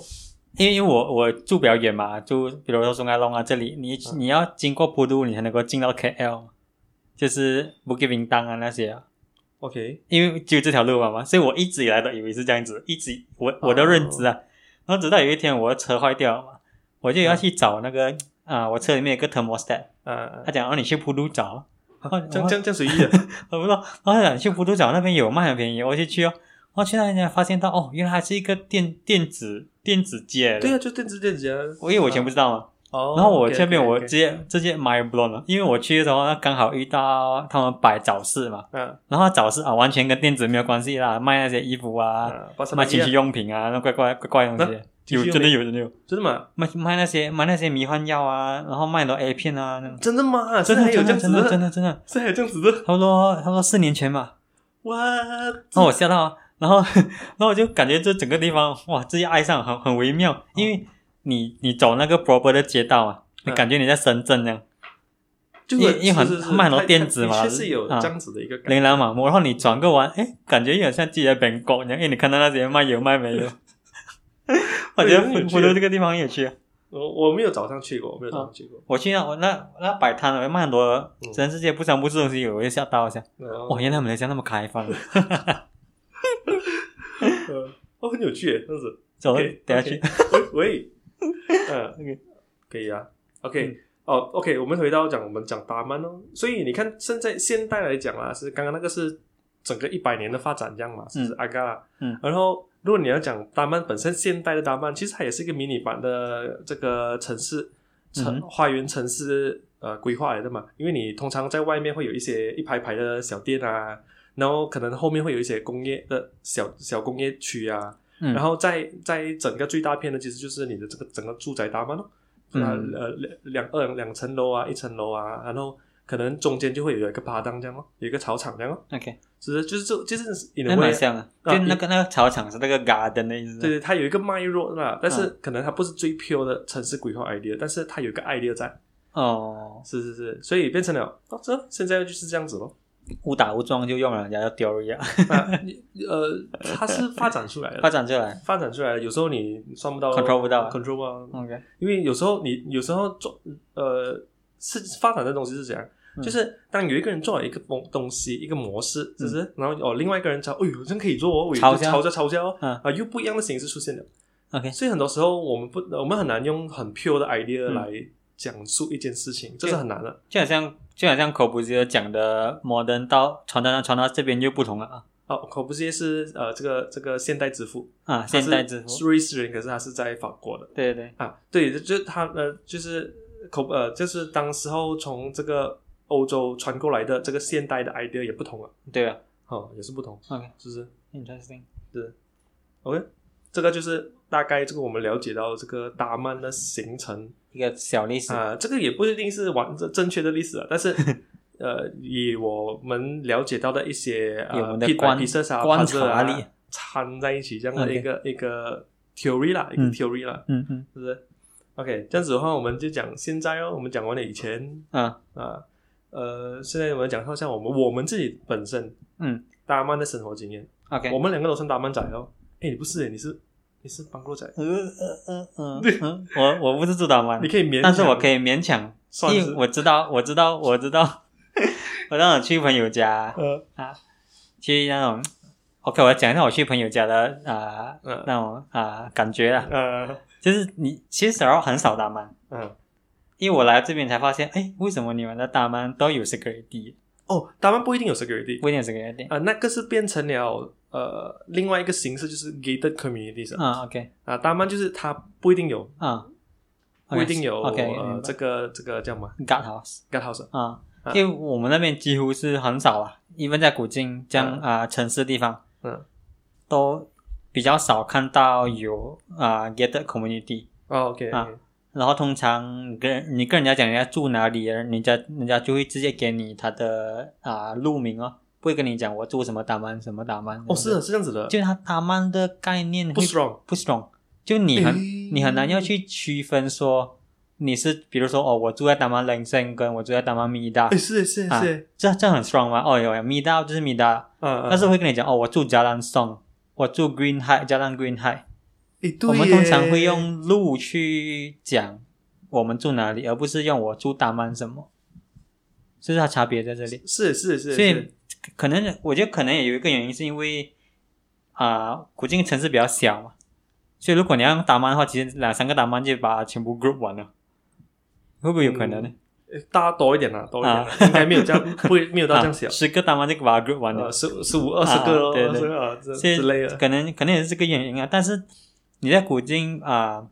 [SPEAKER 2] 因为因为我我住比较远嘛，住比如说松开龙啊这里，你
[SPEAKER 1] 嗯
[SPEAKER 2] 你要经过普都，你才能够进到 KL，就是不给名当啊那些啊。
[SPEAKER 1] OK，
[SPEAKER 2] 因为只有这条路嘛嘛，所以我一直以来都以为是这样子，一直我我的认知
[SPEAKER 1] 哦
[SPEAKER 2] 啊。然后直到有一天我的车坏掉了嘛，我就要去找那
[SPEAKER 1] 嗯
[SPEAKER 2] 个啊、我车里面有个 thermostat，
[SPEAKER 1] 啊
[SPEAKER 2] 他，讲让、哦、你去普渡找，
[SPEAKER 1] 这样
[SPEAKER 2] 我
[SPEAKER 1] 这样这样随意的
[SPEAKER 2] 我不知道，然后他讲你去普渡找那边有卖很便宜，我就去哦。我去那边发现到哦，原来它是一个电电子电子街。
[SPEAKER 1] 对啊，就电子电子啊。
[SPEAKER 2] 我因为我以前不知道嘛，
[SPEAKER 1] 哦，
[SPEAKER 2] 然后我这边我
[SPEAKER 1] OK，OK，OK
[SPEAKER 2] 直接直接 mind blown 了，因为我去的时候那刚好遇到他们摆早市嘛，
[SPEAKER 1] 啊
[SPEAKER 2] 然后早市啊完全跟电子没有关系啦，卖那些衣服啊，
[SPEAKER 1] 啊，八三
[SPEAKER 2] 卖
[SPEAKER 1] 八
[SPEAKER 2] 情
[SPEAKER 1] 七
[SPEAKER 2] 趣，用品啊，那怪怪怪怪的东西，
[SPEAKER 1] 情
[SPEAKER 2] 有
[SPEAKER 1] 趣用
[SPEAKER 2] 真的
[SPEAKER 1] 品
[SPEAKER 2] 有真的有
[SPEAKER 1] 真的吗？
[SPEAKER 2] 卖卖那些卖那些迷幻药啊，然后卖很多 A 片啊，那种
[SPEAKER 1] 真的吗？
[SPEAKER 2] 真
[SPEAKER 1] 现在
[SPEAKER 2] 的
[SPEAKER 1] 还有
[SPEAKER 2] 真的
[SPEAKER 1] 这样子
[SPEAKER 2] 真的真
[SPEAKER 1] 的，
[SPEAKER 2] 的真的，
[SPEAKER 1] 这还有这样子的，
[SPEAKER 2] 差不多差不多四年前吧，
[SPEAKER 1] 哇！
[SPEAKER 2] 然后我吓到啊，然后 然后我就感觉这整个地方哇，自己爱上很很微妙，因为你你走那个 proper 的街道啊，你
[SPEAKER 1] 哦嗯
[SPEAKER 2] 感觉你在深圳那样，
[SPEAKER 1] 就是
[SPEAKER 2] 因为因为很
[SPEAKER 1] 是是
[SPEAKER 2] 卖很多
[SPEAKER 1] 太
[SPEAKER 2] 电子嘛
[SPEAKER 1] 的确是有
[SPEAKER 2] 啊
[SPEAKER 1] 这样子的一个感觉。
[SPEAKER 2] 琳琅满目，然后你转个弯，哎，感觉有点像自己在本国一样，因为你看到那些卖有卖没 有。我觉得
[SPEAKER 1] 对很有趣
[SPEAKER 2] 福州这个地方很有趣啊，
[SPEAKER 1] 我我没有早上去过，我没有早上去过。
[SPEAKER 2] 我去那我那那摆摊了，卖很多
[SPEAKER 1] 嗯
[SPEAKER 2] 全世界不三不四的东西，我就吓到一下，
[SPEAKER 1] 哦
[SPEAKER 2] 哇，原来马来西亚那么开放。
[SPEAKER 1] 呃哦，很有趣耶，这样子。
[SPEAKER 2] 走，
[SPEAKER 1] OK，
[SPEAKER 2] 等下去。
[SPEAKER 1] OK 喂喂，嗯
[SPEAKER 2] OK
[SPEAKER 1] 可以啊。OK，、
[SPEAKER 2] 嗯
[SPEAKER 1] 哦，OK，我们回到讲我们讲达曼哦，所以你看现在现代来讲啊，是刚刚那个是整个一百年的发展这样嘛，是不是
[SPEAKER 2] 嗯
[SPEAKER 1] 阿嘎啦？
[SPEAKER 2] 嗯，
[SPEAKER 1] 然后如果你要讲达曼本身现代的达曼，其实它也是一个迷你版的这个城市城、
[SPEAKER 2] 嗯
[SPEAKER 1] 花园城市呃规划来的嘛，因为你通常在外面会有一些一排排的小店啊。然后可能后面会有一些工业的小小工业区啊，
[SPEAKER 2] 嗯，
[SPEAKER 1] 然后在在整个最大片的，其实就是你的这个整个住宅大曼咯，
[SPEAKER 2] 嗯
[SPEAKER 1] 啊呃两两二两层楼啊，一层楼啊，然后可能中间就会有一个趴档这样咯，有一个草场这样咯，
[SPEAKER 2] OK，
[SPEAKER 1] 其实就是这就是 in
[SPEAKER 2] 那
[SPEAKER 1] a
[SPEAKER 2] 蛮
[SPEAKER 1] way，
[SPEAKER 2] 像的，
[SPEAKER 1] 啊
[SPEAKER 2] 就那个那个草场是那个 garden 的意思。
[SPEAKER 1] 对，对，它有一个脉络啦，但
[SPEAKER 2] 嗯
[SPEAKER 1] 是可能它不是最 pure 的城市规划 idea，但是它有一个 idea 在，
[SPEAKER 2] 哦，
[SPEAKER 1] 是是是，所以变成了哦，这现在就是这样子咯，
[SPEAKER 2] 误打误撞就用了人家的 theory 啊，
[SPEAKER 1] 啊，你呃，它是发展出来
[SPEAKER 2] 发
[SPEAKER 1] 的。
[SPEAKER 2] 展出来。
[SPEAKER 1] 发展出来的，有时候你算不到
[SPEAKER 2] control 不到
[SPEAKER 1] control 啊，
[SPEAKER 2] OK，
[SPEAKER 1] 因为有时候你有时候做呃是发展的东西是怎样，
[SPEAKER 2] 嗯
[SPEAKER 1] 就是当有一个人做了一个东东西一个模式，
[SPEAKER 2] 嗯
[SPEAKER 1] 就是、然后哦另外一个人抄，哎呦真可以做哦，我
[SPEAKER 2] 抄
[SPEAKER 1] 就
[SPEAKER 2] 家
[SPEAKER 1] 抄家抄家哦，
[SPEAKER 2] 嗯
[SPEAKER 1] 啊又不一样的形式出现了，
[SPEAKER 2] OK，
[SPEAKER 1] 所以很多时候我们不我们很难用很 pure 的 idea
[SPEAKER 2] 嗯
[SPEAKER 1] 来讲述一件事情，这是很难的。
[SPEAKER 2] 就好像就好像口不杰讲的 modern 到传到传到这边就不同了啊
[SPEAKER 1] 哦，可不是是呃这个这个现代之父，
[SPEAKER 2] 啊，
[SPEAKER 1] 他
[SPEAKER 2] 现代之
[SPEAKER 1] 是
[SPEAKER 2] 父。
[SPEAKER 1] 瑞士人，可是他是在法国的。
[SPEAKER 2] 对对
[SPEAKER 1] 啊，对，就就是他呃，就是口呃，就是当时候从这个欧洲传过来的这个现代的 idea 也不同了，
[SPEAKER 2] 对啊
[SPEAKER 1] 哦，也是不同，
[SPEAKER 2] ，OK，interesting。
[SPEAKER 1] 是不是
[SPEAKER 2] Interesting
[SPEAKER 1] ？OK，这个就是大概这个我们了解到这个达曼的形成
[SPEAKER 2] 一个小历史，
[SPEAKER 1] 啊、这个也不一定是完正正确的历史啊，但 是。呃，以我们了解到的一些
[SPEAKER 2] 以我
[SPEAKER 1] 呃
[SPEAKER 2] 们的
[SPEAKER 1] p i
[SPEAKER 2] 观
[SPEAKER 1] p i c e 啊、
[SPEAKER 2] 观
[SPEAKER 1] puzzle 啊
[SPEAKER 2] 察力
[SPEAKER 1] 掺在一起这样的一个一个 theory 啦，一个
[SPEAKER 2] 嗯
[SPEAKER 1] theory 啦，
[SPEAKER 2] 嗯嗯
[SPEAKER 1] 是不是？OK，这样子的话，我们就讲现在哦，我们讲完了以前
[SPEAKER 2] 啊
[SPEAKER 1] 啊，呃，现在我们讲到像我们我们自己本身
[SPEAKER 2] 嗯
[SPEAKER 1] 大曼的生活经验，
[SPEAKER 2] ，OK，
[SPEAKER 1] 我们两个都算大曼仔哦。哎，你不是耶，你是你是邦洛仔，
[SPEAKER 2] 呃呃呃呃呃，我我不是住导嘛
[SPEAKER 1] 嗯你，可以勉，
[SPEAKER 2] 但是我可
[SPEAKER 1] 以
[SPEAKER 2] 以勉强，
[SPEAKER 1] 算
[SPEAKER 2] 因
[SPEAKER 1] 是
[SPEAKER 2] 为我知道，我知 道，我知道，我那种去朋友家
[SPEAKER 1] 呃
[SPEAKER 2] 啊，去那种，OK，我讲一下我去朋友家的啊、
[SPEAKER 1] 嗯
[SPEAKER 2] 那种啊、感觉啊，
[SPEAKER 1] 呃
[SPEAKER 2] 就是你其实然后很少打满，
[SPEAKER 1] 嗯
[SPEAKER 2] 因为我来这边才发现，哎，为什么你们的打满都有 security，
[SPEAKER 1] 哦，大曼不一定有 security
[SPEAKER 2] 不一定有 security
[SPEAKER 1] 啊，那个是变成了呃另外一个
[SPEAKER 2] 嗯
[SPEAKER 1] 形式，就是 gated communities 啊
[SPEAKER 2] 啊，OK，
[SPEAKER 1] 啊，大曼就是它不一定有
[SPEAKER 2] 啊
[SPEAKER 1] 不一定有
[SPEAKER 2] OK，明白
[SPEAKER 1] 呃这个这个叫什么
[SPEAKER 2] guard house
[SPEAKER 1] g u t house
[SPEAKER 2] 啊
[SPEAKER 1] 啊，
[SPEAKER 2] 因为我们那边几乎是很少啊，因为在古晋这样啊、城市地方
[SPEAKER 1] 嗯
[SPEAKER 2] 都比较少看到有啊、gated community，
[SPEAKER 1] 哦 OK
[SPEAKER 2] 啊然后通常你跟你跟人家讲人家住哪里，啊人家人家就会直接给你他的啊、路名哦，不会跟你讲我住什么大曼什么大曼。
[SPEAKER 1] 哦是的是这样子的，
[SPEAKER 2] 就他他们的概念
[SPEAKER 1] 不
[SPEAKER 2] 会
[SPEAKER 1] strong
[SPEAKER 2] 不 strong，就你很、
[SPEAKER 1] 诶
[SPEAKER 2] 你很难要去区分说你是比如说哦，我住在达曼林森，跟我住在达曼密达
[SPEAKER 1] 哎，是是
[SPEAKER 2] 啊
[SPEAKER 1] 是
[SPEAKER 2] 这这很 strong 吗？哦，有有密达就是密达，
[SPEAKER 1] 啊，
[SPEAKER 2] 但是会跟你讲哦，我住加兰松，我住 Green High，加兰 Green High，
[SPEAKER 1] 哎对
[SPEAKER 2] 我们
[SPEAKER 1] 耶
[SPEAKER 2] 通常会用路去讲我们住哪里，而不是用我住达曼什么，这是它差别在这里。
[SPEAKER 1] 是是是，
[SPEAKER 2] 所以
[SPEAKER 1] 是
[SPEAKER 2] 可能我觉得可能也有一个原因，是因为啊、古晋城市比较小嘛，所以如果你要用打曼的话，其实两三个打曼就把它全部 group 完了，会不会有可能呢？
[SPEAKER 1] 呃大家多一点啦，多一点啦，啊应该没有这样， 不会没有到这样小
[SPEAKER 2] 啊，十个打曼就把它 group 完了，
[SPEAKER 1] 呃十十五二十个咯，
[SPEAKER 2] 啊对对
[SPEAKER 1] 二十个啊这
[SPEAKER 2] 所以
[SPEAKER 1] 之类的，
[SPEAKER 2] 可能可能也是这个原因啊。但是你在古晋啊、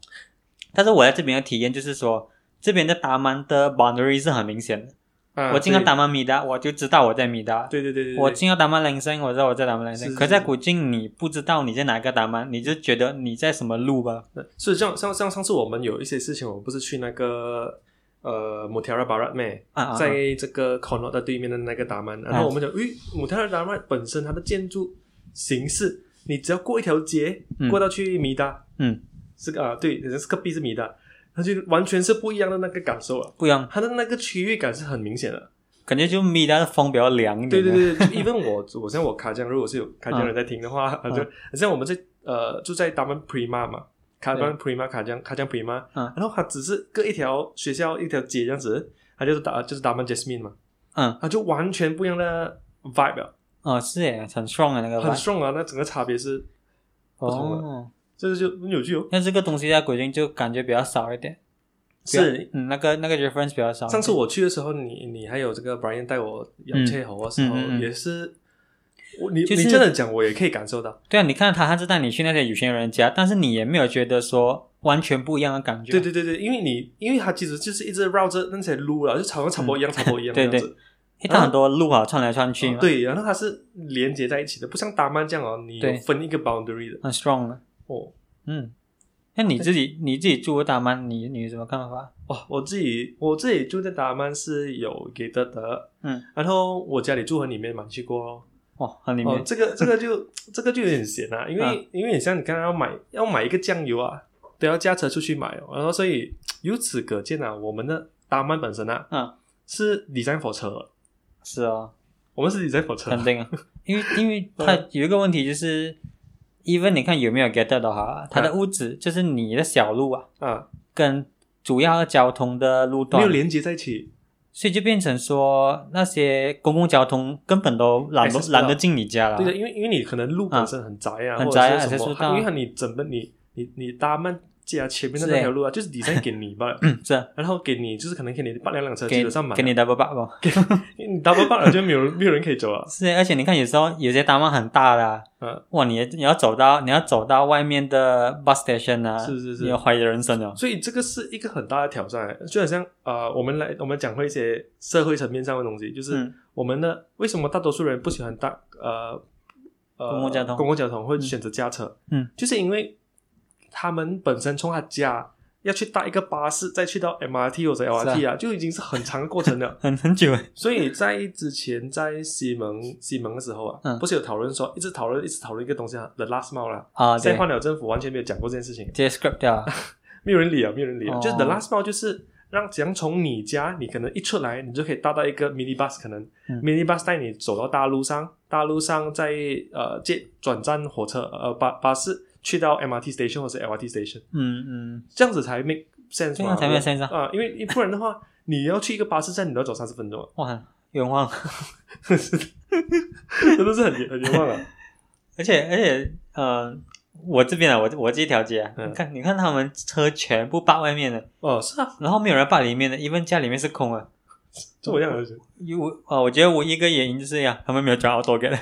[SPEAKER 2] 但是我在这边的体验就是说，这边的打曼的 boundary 是很明显的。
[SPEAKER 1] 啊
[SPEAKER 2] 我进到
[SPEAKER 1] 对
[SPEAKER 2] 打曼米达，我就知道我在米达，
[SPEAKER 1] 对对对对，对
[SPEAKER 2] 我进到达曼林森，我知道我在达曼林
[SPEAKER 1] 是
[SPEAKER 2] 森。
[SPEAKER 1] 是
[SPEAKER 2] 可在古晋，你不知道你在哪个达曼，你就觉得你在什么路吧？
[SPEAKER 1] 是像像像上次我们有一些事情，我们不是去那个呃 m u t a r a Barat 咩，
[SPEAKER 2] 啊啊！啊
[SPEAKER 1] 在这个 c o n o 的对面的那个达曼，然后我们讲，诶 m u t a r a Barat 本身它的建筑形式，你只要过一条街，
[SPEAKER 2] 嗯
[SPEAKER 1] 过到去米达，
[SPEAKER 2] 嗯，
[SPEAKER 1] 是个啊对，人是个 B 是米达，它就完全是不一样的那个感受啊了。
[SPEAKER 2] 不一样，
[SPEAKER 1] 它的那个区域感是很明显的，
[SPEAKER 2] 感觉就米达的风比较凉一点。
[SPEAKER 1] 对对，对，对就 even 我 我像我卡江，如果是有卡江人在听的话，
[SPEAKER 2] 嗯
[SPEAKER 1] 啊就像我们在呃住在达曼 Prima 嘛，卡江 Prima 卡江卡江 Prima，
[SPEAKER 2] 嗯
[SPEAKER 1] 然后它只是隔一条学校一条街这样子，它就是达就是达曼 Jasmine 嘛，
[SPEAKER 2] 嗯，
[SPEAKER 1] 它就完全不一样的 vibe，了
[SPEAKER 2] 哦，是耶，很 strong 的那个
[SPEAKER 1] 很
[SPEAKER 2] vibe。
[SPEAKER 1] strong 啊，那整个差别是，不同的
[SPEAKER 2] 哦，
[SPEAKER 1] 这个就很有趣哦。
[SPEAKER 2] 那这个东西在古晋就感觉比较少一点，比较
[SPEAKER 1] 是
[SPEAKER 2] 嗯，那个那个 reference 比较少一点。
[SPEAKER 1] 上次我去的时候，你你还有这个 Brian 带我摇切猴的时
[SPEAKER 2] 啊嗯
[SPEAKER 1] 候
[SPEAKER 2] 嗯，嗯嗯
[SPEAKER 1] 也是。我你、
[SPEAKER 2] 就是
[SPEAKER 1] 你这样讲，我也可以感受到。
[SPEAKER 2] 对啊，你看他他是带你去那些有钱人家，但是你也没有觉得说完全不一样的感觉。
[SPEAKER 1] 对对对对，因为你因为它其实就是一直绕着那些路啊了，就好像差不多一样，差不多一样
[SPEAKER 2] 嗯
[SPEAKER 1] 这
[SPEAKER 2] 对
[SPEAKER 1] 样
[SPEAKER 2] 对
[SPEAKER 1] 子。
[SPEAKER 2] 诶，它很多路啊，串来串去嘛，
[SPEAKER 1] 嗯哦对，然后它是连接在一起的，不像达曼这样哦，你有
[SPEAKER 2] 对
[SPEAKER 1] 分一个 boundary 的
[SPEAKER 2] 很 strong 的。
[SPEAKER 1] 哦。
[SPEAKER 2] 嗯，那你自己你自己住过大曼，你你有什么看法？
[SPEAKER 1] 哇，我自己我自己住在达曼是有给的的，
[SPEAKER 2] 嗯，
[SPEAKER 1] 然后我家里住很里面嘛，去过哦。
[SPEAKER 2] 哇，很里
[SPEAKER 1] 哦
[SPEAKER 2] 面，
[SPEAKER 1] 这个这个就这个就有点咸啊，因为、
[SPEAKER 2] 啊
[SPEAKER 1] 因为你像你刚刚要买要买一个酱油啊，都要驾车出去买哦，然后所以由此可见啊，我们的达曼本身啊，
[SPEAKER 2] 嗯，
[SPEAKER 1] 是 design for 车，
[SPEAKER 2] 是哦，
[SPEAKER 1] 我们是 design for 车，
[SPEAKER 2] 肯定啊，因为因为它有一个问题就是，even 你看有没有 get 到的哈，它的屋子就是你的小路啊，
[SPEAKER 1] 啊，
[SPEAKER 2] 跟主要的交通的路
[SPEAKER 1] 没
[SPEAKER 2] 段
[SPEAKER 1] 有，连接在一起，
[SPEAKER 2] 所以就变成说那些公共交通根本都懒得
[SPEAKER 1] Access 不到
[SPEAKER 2] 懒得进你家了
[SPEAKER 1] 对，的，因为因为你可能路本身很窄啊，
[SPEAKER 2] 啊
[SPEAKER 1] 或
[SPEAKER 2] 很
[SPEAKER 1] 者
[SPEAKER 2] 窄啊
[SPEAKER 1] 是什
[SPEAKER 2] 才
[SPEAKER 1] 么，
[SPEAKER 2] 知道啊
[SPEAKER 1] 因为你整个你你你搭慢家前面的
[SPEAKER 2] 是
[SPEAKER 1] 那
[SPEAKER 2] 欸
[SPEAKER 1] 条路啊，就是 design 给你吧，
[SPEAKER 2] 是啊
[SPEAKER 1] 然后给你就是可能给你八两辆车，基
[SPEAKER 2] 给
[SPEAKER 1] 本上满了，
[SPEAKER 2] 给你 double back 吧，
[SPEAKER 1] 因 为你 double park 了就没有人没有人可以走啊，
[SPEAKER 2] 是啊，而且你看有时候有些单位很大的啊。
[SPEAKER 1] 嗯，
[SPEAKER 2] 哇，你你要走到你要走到外面的 bus station 啊，
[SPEAKER 1] 是是是
[SPEAKER 2] 你要怀疑人生哦了。
[SPEAKER 1] 所以这个是一个很大的挑战欸，就好像呃，我们来我们讲过一些社会层面上的东西，就是
[SPEAKER 2] 嗯，
[SPEAKER 1] 我们的为什么大多数人不喜欢搭呃呃
[SPEAKER 2] 公共交通
[SPEAKER 1] 公共交通会选择驾车，
[SPEAKER 2] 嗯，
[SPEAKER 1] 就是因为他们本身从他家。要去搭一个巴士，再去到 MRT 或者 LRT 啊，就已经是很长的过程了。
[SPEAKER 2] 很很 久欸
[SPEAKER 1] 所以在之前在西蒙西蒙的时候啊，
[SPEAKER 2] 嗯
[SPEAKER 1] 不是有讨论说一直讨论一直讨论一个东西啊，the last mile 啦。
[SPEAKER 2] 啊，
[SPEAKER 1] 现
[SPEAKER 2] 对
[SPEAKER 1] 在，换了政府完全没有讲过这件事情，
[SPEAKER 2] 直接 script 掉了。
[SPEAKER 1] 没有人理啊，没有人理啊。
[SPEAKER 2] 哦
[SPEAKER 1] 就是 the last mile 就是让怎样从你家，你可能一出来，你就可以搭到一个 mini bus，可能、
[SPEAKER 2] 嗯
[SPEAKER 1] mini bus 带你走到大路上，大路上再呃接转站火车呃巴巴士去到 MRT station 或是 LRT station，
[SPEAKER 2] 嗯嗯，
[SPEAKER 1] 这样子才 make sense
[SPEAKER 2] 对
[SPEAKER 1] 嘛
[SPEAKER 2] 啊，才没有 sense 啊。
[SPEAKER 1] 啊、因为不然的话， 你要去一个巴士站，你都要走三十分钟啊，
[SPEAKER 2] 哇，冤枉！
[SPEAKER 1] 真的是很很冤枉啊。
[SPEAKER 2] 而且而且，呃，我这边啊，我我这一条街、啊，
[SPEAKER 1] 嗯
[SPEAKER 2] 你看你看他们车全部霸外面的，
[SPEAKER 1] 哦，是啊，
[SPEAKER 2] 然后没有人霸里面的，因为家里面是空的。呃
[SPEAKER 1] 这么样而已。
[SPEAKER 2] 有啊、我觉得我一个原因就是呀，他们没有转 auto get，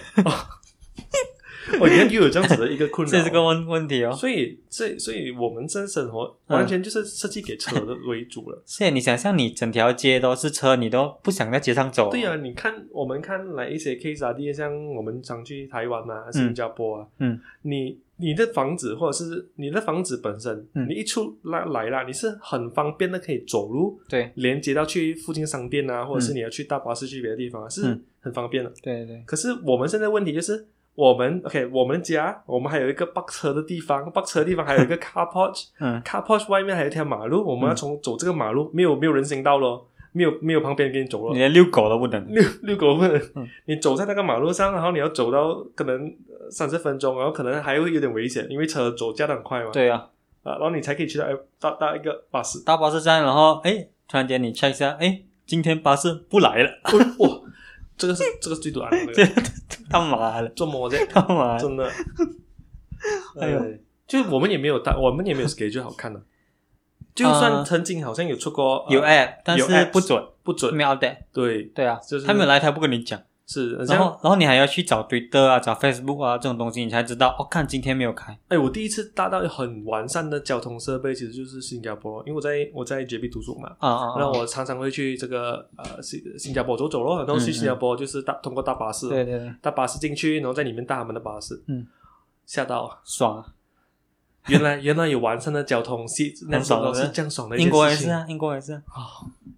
[SPEAKER 1] 我原哦来又有这样子的一个困扰，
[SPEAKER 2] 这是个问问题哦。
[SPEAKER 1] 所以这所以我们这生活
[SPEAKER 2] 嗯
[SPEAKER 1] 完全就是设计给车的为主了。
[SPEAKER 2] 是你想象你整条街都是车，你都不想在街上走。啊
[SPEAKER 1] 对呀、啊你看我们看来一些 case 啊，第一像我们常去台湾啊、新加坡啊，
[SPEAKER 2] 嗯，
[SPEAKER 1] 你你的房子或者是你的房子本身，
[SPEAKER 2] 嗯
[SPEAKER 1] 你一出来来啦，你是很方便的，可以走路
[SPEAKER 2] 对
[SPEAKER 1] 连接到去附近商店啊，或者是你要去大巴士去别的地方、啊，是
[SPEAKER 2] 嗯
[SPEAKER 1] 很方便的。
[SPEAKER 2] 对对，
[SPEAKER 1] 可是我们现在问题就是，我们 OK，我们家我们还有一个泊车的地方，泊车的地方还有 一个 car porch。
[SPEAKER 2] 嗯
[SPEAKER 1] car porch 外面还有一条马路，我们要
[SPEAKER 2] 嗯
[SPEAKER 1] 从走这个马路，没有没有人行道咯，没有没有旁边给你走
[SPEAKER 2] 你
[SPEAKER 1] 了。
[SPEAKER 2] 连遛狗都不能。
[SPEAKER 1] 遛遛狗不能
[SPEAKER 2] 嗯，
[SPEAKER 1] 你走在那个马路上，然后你要走到可能呃三十分钟，然后可能还会有点危险，因为车走加的很快嘛。
[SPEAKER 2] 对啊，
[SPEAKER 1] 啊，然后你才可以去到到到一个 巴士。
[SPEAKER 2] 大巴士站，然后哎，突然间你 check 一下，哎，今天巴士不来了，
[SPEAKER 1] 哦哇，这个是这个是最短的，啊
[SPEAKER 2] 这
[SPEAKER 1] 这个
[SPEAKER 2] 干嘛了？
[SPEAKER 1] 做魔的，
[SPEAKER 2] 干嘛？
[SPEAKER 1] 真的。
[SPEAKER 2] 哎呦
[SPEAKER 1] 呃，就是我们也没有大，我们也没有 schedule 好看的。就算
[SPEAKER 2] 呃
[SPEAKER 1] 曾经好像有出过呃
[SPEAKER 2] 有 app，但
[SPEAKER 1] 有
[SPEAKER 2] 是
[SPEAKER 1] app
[SPEAKER 2] 不准，
[SPEAKER 1] 不准，
[SPEAKER 2] 没有 update。
[SPEAKER 1] 对，
[SPEAKER 2] 对啊，
[SPEAKER 1] 就是
[SPEAKER 2] 他没有来，他不跟你讲。
[SPEAKER 1] 是，很
[SPEAKER 2] 然
[SPEAKER 1] 像
[SPEAKER 2] 后，然后你还要去找 Twitter 啊，找 Facebook 啊这种东西，你才知道哦，看今天没有开。
[SPEAKER 1] 哎，我第一次搭到很完善的交通设备，其实就是新加坡，因为我在我在 JB 读书嘛，
[SPEAKER 2] 啊啊，啊
[SPEAKER 1] 那我常常会去这个呃新新加坡走走咯，然后
[SPEAKER 2] 嗯
[SPEAKER 1] 去
[SPEAKER 2] 嗯
[SPEAKER 1] 新加坡就是搭通过大巴士，
[SPEAKER 2] 对对对，
[SPEAKER 1] 搭巴士进去，然后在里面搭他们的巴士，
[SPEAKER 2] 嗯，
[SPEAKER 1] 吓到，
[SPEAKER 2] 爽啊！
[SPEAKER 1] 原来原来有完善的交通系，那
[SPEAKER 2] 很爽
[SPEAKER 1] 种
[SPEAKER 2] 的
[SPEAKER 1] 是这样爽的一件
[SPEAKER 2] 英国也
[SPEAKER 1] 事
[SPEAKER 2] 是
[SPEAKER 1] 情
[SPEAKER 2] 啊，英国也是啊，
[SPEAKER 1] 啊，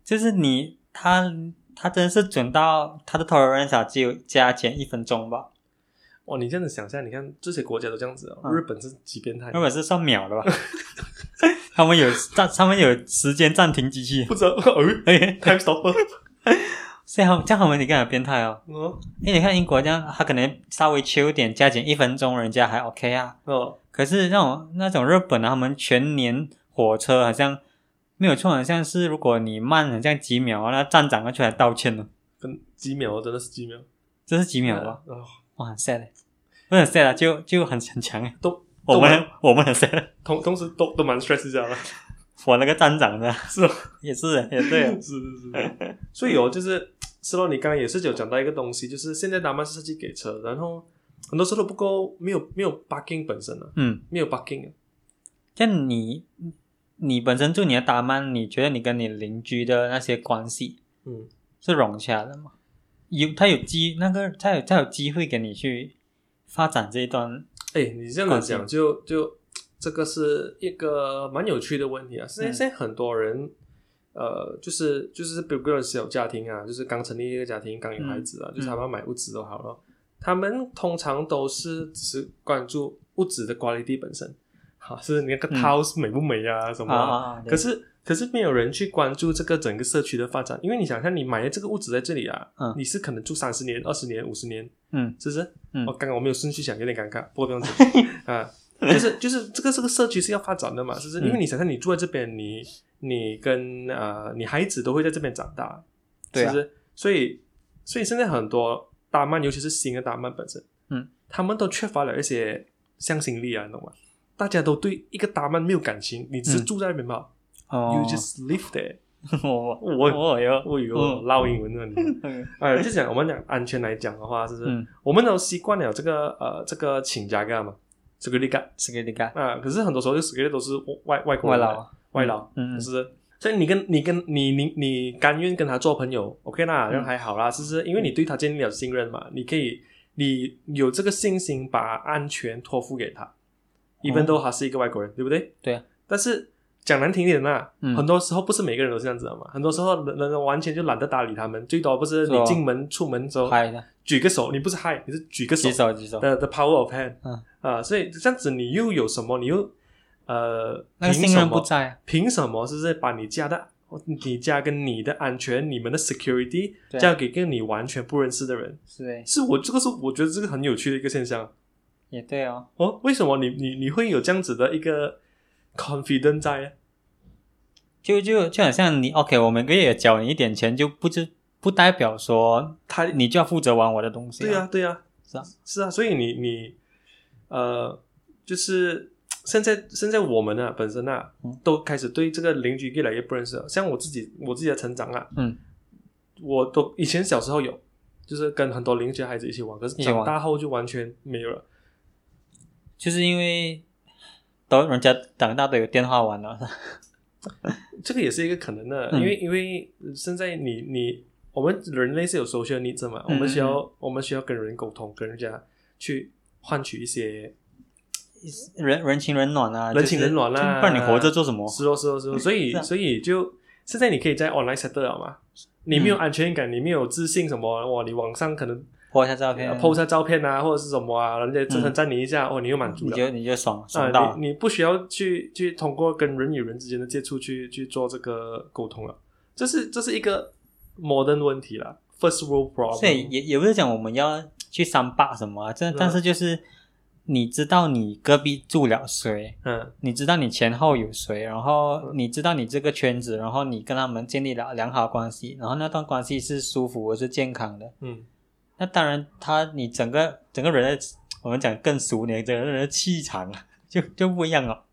[SPEAKER 2] 就是你他他真是准到他的 tolerance 啊只有加减一分钟吧，
[SPEAKER 1] 哇，哦你这样子想象，你看这些国家都这样子哦，
[SPEAKER 2] 嗯
[SPEAKER 1] 日本是几变态
[SPEAKER 2] 日，本是算秒的吧？ 他们有暂，他们有时间暂停机器
[SPEAKER 1] 不，知道 哎
[SPEAKER 2] 嘿
[SPEAKER 1] ，time stopper，
[SPEAKER 2] 所以他们这样他们你看很变态哦。
[SPEAKER 1] 哦
[SPEAKER 2] 因为你看英国这样，他可能稍微秋一点加减一分钟，人家还 OK 啊。
[SPEAKER 1] 哦，
[SPEAKER 2] 可是那种那种日本啊，他们全年火车好像没有错，好像是如果你慢好像几秒啊，那站长要出来道歉了，
[SPEAKER 1] 跟几秒哦真的是几秒，
[SPEAKER 2] 这是几秒吧？
[SPEAKER 1] 哦，
[SPEAKER 2] 哇，很 sad，欸不是很 sad 啊，就就很很强哎。
[SPEAKER 1] 都
[SPEAKER 2] 我
[SPEAKER 1] 都蛮
[SPEAKER 2] 们我们很 sad，
[SPEAKER 1] 同同时都都蛮 stress 这样的。
[SPEAKER 2] 我那个站长的
[SPEAKER 1] 是哦
[SPEAKER 2] 也是欸也对 啊，
[SPEAKER 1] 是是 是。所以哦，就是斯洛，你刚刚也是有讲到一个东西，就是现在他们是设计给车，然后很多车都不够，没有没有 parking 本身啊，
[SPEAKER 2] 嗯，
[SPEAKER 1] 没有 parking 啊。
[SPEAKER 2] 像你你本身住你的达曼，你觉得你跟你邻居的那些关系
[SPEAKER 1] 嗯，
[SPEAKER 2] 是融洽的吗？有他有机那个他有他有机会给你去发展这一段，
[SPEAKER 1] 哎，你这样子讲，
[SPEAKER 2] Parking
[SPEAKER 1] 就就这个是一个蛮有趣的问题啊。现在、
[SPEAKER 2] 嗯
[SPEAKER 1] 现在很多人。呃，就是就是，比如个小家庭啊，就是刚成立一个家庭，刚有
[SPEAKER 2] 嗯
[SPEAKER 1] 孩子啊，就是他们要买屋子都好了，他们通常都是只是关注物质的 quality 本身， 好、是你那个
[SPEAKER 2] 嗯
[SPEAKER 1] house 美不美啊，什么
[SPEAKER 2] 啊啊啊！对
[SPEAKER 1] 可是可是没有人去关注这个整个社区的发展，因为你想象你买的这个屋子在这里啊，
[SPEAKER 2] 嗯
[SPEAKER 1] 你是可能住三十年、二十年、五十年，
[SPEAKER 2] 嗯
[SPEAKER 1] 是不是？
[SPEAKER 2] 嗯
[SPEAKER 1] 哦，刚刚我没有顺序想，有点尴尬，不过不用 紧啊。就是就是这个这个社区是要发展的嘛，是不是？
[SPEAKER 2] 嗯
[SPEAKER 1] 因为你想象你住在这边，你你跟呃你孩子都会在这边长大，
[SPEAKER 2] 对啊
[SPEAKER 1] 是不是？所以所以现在很多大曼，尤其是新的大曼本身，
[SPEAKER 2] 嗯，
[SPEAKER 1] 他们都缺乏了一些向心力啊，你懂吗？大家都对一个大曼没有感情，你只是
[SPEAKER 2] 嗯
[SPEAKER 1] 住在那边嘛，
[SPEAKER 2] 哦
[SPEAKER 1] You，just live there
[SPEAKER 2] 我
[SPEAKER 1] 我。我
[SPEAKER 2] 我有，
[SPEAKER 1] 我有
[SPEAKER 2] 嗯
[SPEAKER 1] 唠英文的 你，
[SPEAKER 2] 嗯
[SPEAKER 1] 呃，就讲我们讲安全来讲的话，就是、
[SPEAKER 2] 嗯，
[SPEAKER 1] 我们都习惯了这个呃这个请假干嘛，这个力干
[SPEAKER 2] 是给你干
[SPEAKER 1] 啊，可是很多时候就是这个都是外外国
[SPEAKER 2] 外
[SPEAKER 1] 人来
[SPEAKER 2] 劳，
[SPEAKER 1] 外劳，
[SPEAKER 2] 嗯
[SPEAKER 1] 就，是所以你跟你跟你你你甘愿跟他做朋友，OK
[SPEAKER 2] 嗯
[SPEAKER 1] 啦，那还好啦，是不是？因为你对他建立了信任嘛，你可以你有这个信心把安全托付给他，一般都他是一个外国人，对不对？
[SPEAKER 2] 哦对啊。
[SPEAKER 1] 但是讲难听点啦，
[SPEAKER 2] 嗯
[SPEAKER 1] 很多时候不是每个人都是这样子的嘛，很多时候人人完全就懒得搭理他们，最多不是
[SPEAKER 2] 是
[SPEAKER 1] 你
[SPEAKER 2] 哦
[SPEAKER 1] 进门出门之后
[SPEAKER 2] 拍的，
[SPEAKER 1] 举个手，你不是嗨，你是举个手
[SPEAKER 2] 举手举手，
[SPEAKER 1] ，the the power of hand，
[SPEAKER 2] 嗯
[SPEAKER 1] 啊，所以这样子你又有什么？你又呃，
[SPEAKER 2] 那个
[SPEAKER 1] 凭
[SPEAKER 2] 信
[SPEAKER 1] 什
[SPEAKER 2] 任
[SPEAKER 1] 么
[SPEAKER 2] 不在啊，
[SPEAKER 1] 凭什么是不是把你家的、你家跟你的安全、你们的 security
[SPEAKER 2] 对啊
[SPEAKER 1] 交给跟你完全不认识的人？
[SPEAKER 2] 是诶，
[SPEAKER 1] 是我这个是我觉得这个很有趣的一个现象
[SPEAKER 2] 也对哦，
[SPEAKER 1] 哦。为什么你你你会有这样子的一个 confidence 在啊？
[SPEAKER 2] 就就就好像你 OK，我每个月也缴你一点钱，就不就不代表说
[SPEAKER 1] 他
[SPEAKER 2] 你就要负责玩我的东西，
[SPEAKER 1] 对呀、，对呀、
[SPEAKER 2] 是啊，
[SPEAKER 1] 是啊，所以你你呃，就是现在现在我们啊本身啊
[SPEAKER 2] 嗯，
[SPEAKER 1] 都开始对这个邻居越来越不认识了。像我自己我自己的成长啊，
[SPEAKER 2] 嗯，
[SPEAKER 1] 我都以前小时候有，就是跟很多邻居孩子一起玩，可是
[SPEAKER 2] 一起玩
[SPEAKER 1] 长大后就完全没有了。
[SPEAKER 2] 就是因为都人家长大都有电话玩啊了，
[SPEAKER 1] 这个也是一个可能的，
[SPEAKER 2] 嗯
[SPEAKER 1] 因为因为现在你你我们人类是有 social needs 嘛，我
[SPEAKER 2] 嗯
[SPEAKER 1] 们需
[SPEAKER 2] 嗯
[SPEAKER 1] 要我们需要跟人沟通，跟人家去换取一些
[SPEAKER 2] 人人情冷暖啊，
[SPEAKER 1] 人情冷暖
[SPEAKER 2] 就是
[SPEAKER 1] 啦，
[SPEAKER 2] 不然你活着做什么？
[SPEAKER 1] 是哦是哦是哦，所以
[SPEAKER 2] 是啊嗯
[SPEAKER 1] 所以就现在你可以在 online settle 了嘛，你没有安全感，你没有自信什么，哇，你网上可能
[SPEAKER 2] 拍一下照片
[SPEAKER 1] 呃 po 一下照片啊，或者是什么啊，人家称
[SPEAKER 2] 嗯
[SPEAKER 1] 赞你一下，哦，你又满足
[SPEAKER 2] 你
[SPEAKER 1] 了。
[SPEAKER 2] 就你就爽爽到
[SPEAKER 1] 啊，你你不需要去去通过跟人与人之间的接触去去做这个沟通了，这是这是一个 modern 问题啦，first world problem。
[SPEAKER 2] 所以也也不是讲我们要去三霸什么、啊，这
[SPEAKER 1] 嗯
[SPEAKER 2] 但是就是你知道你隔壁住了谁，
[SPEAKER 1] 嗯
[SPEAKER 2] 你知道你前后有谁，然后你知道你这个圈子，然后你跟他们建立了良好关系，然后那段关系是舒服而是健康的。
[SPEAKER 1] 嗯，
[SPEAKER 2] 那当然他，你整个整个人的，我们讲更俗点，整个人的气场啊，就就不一样了。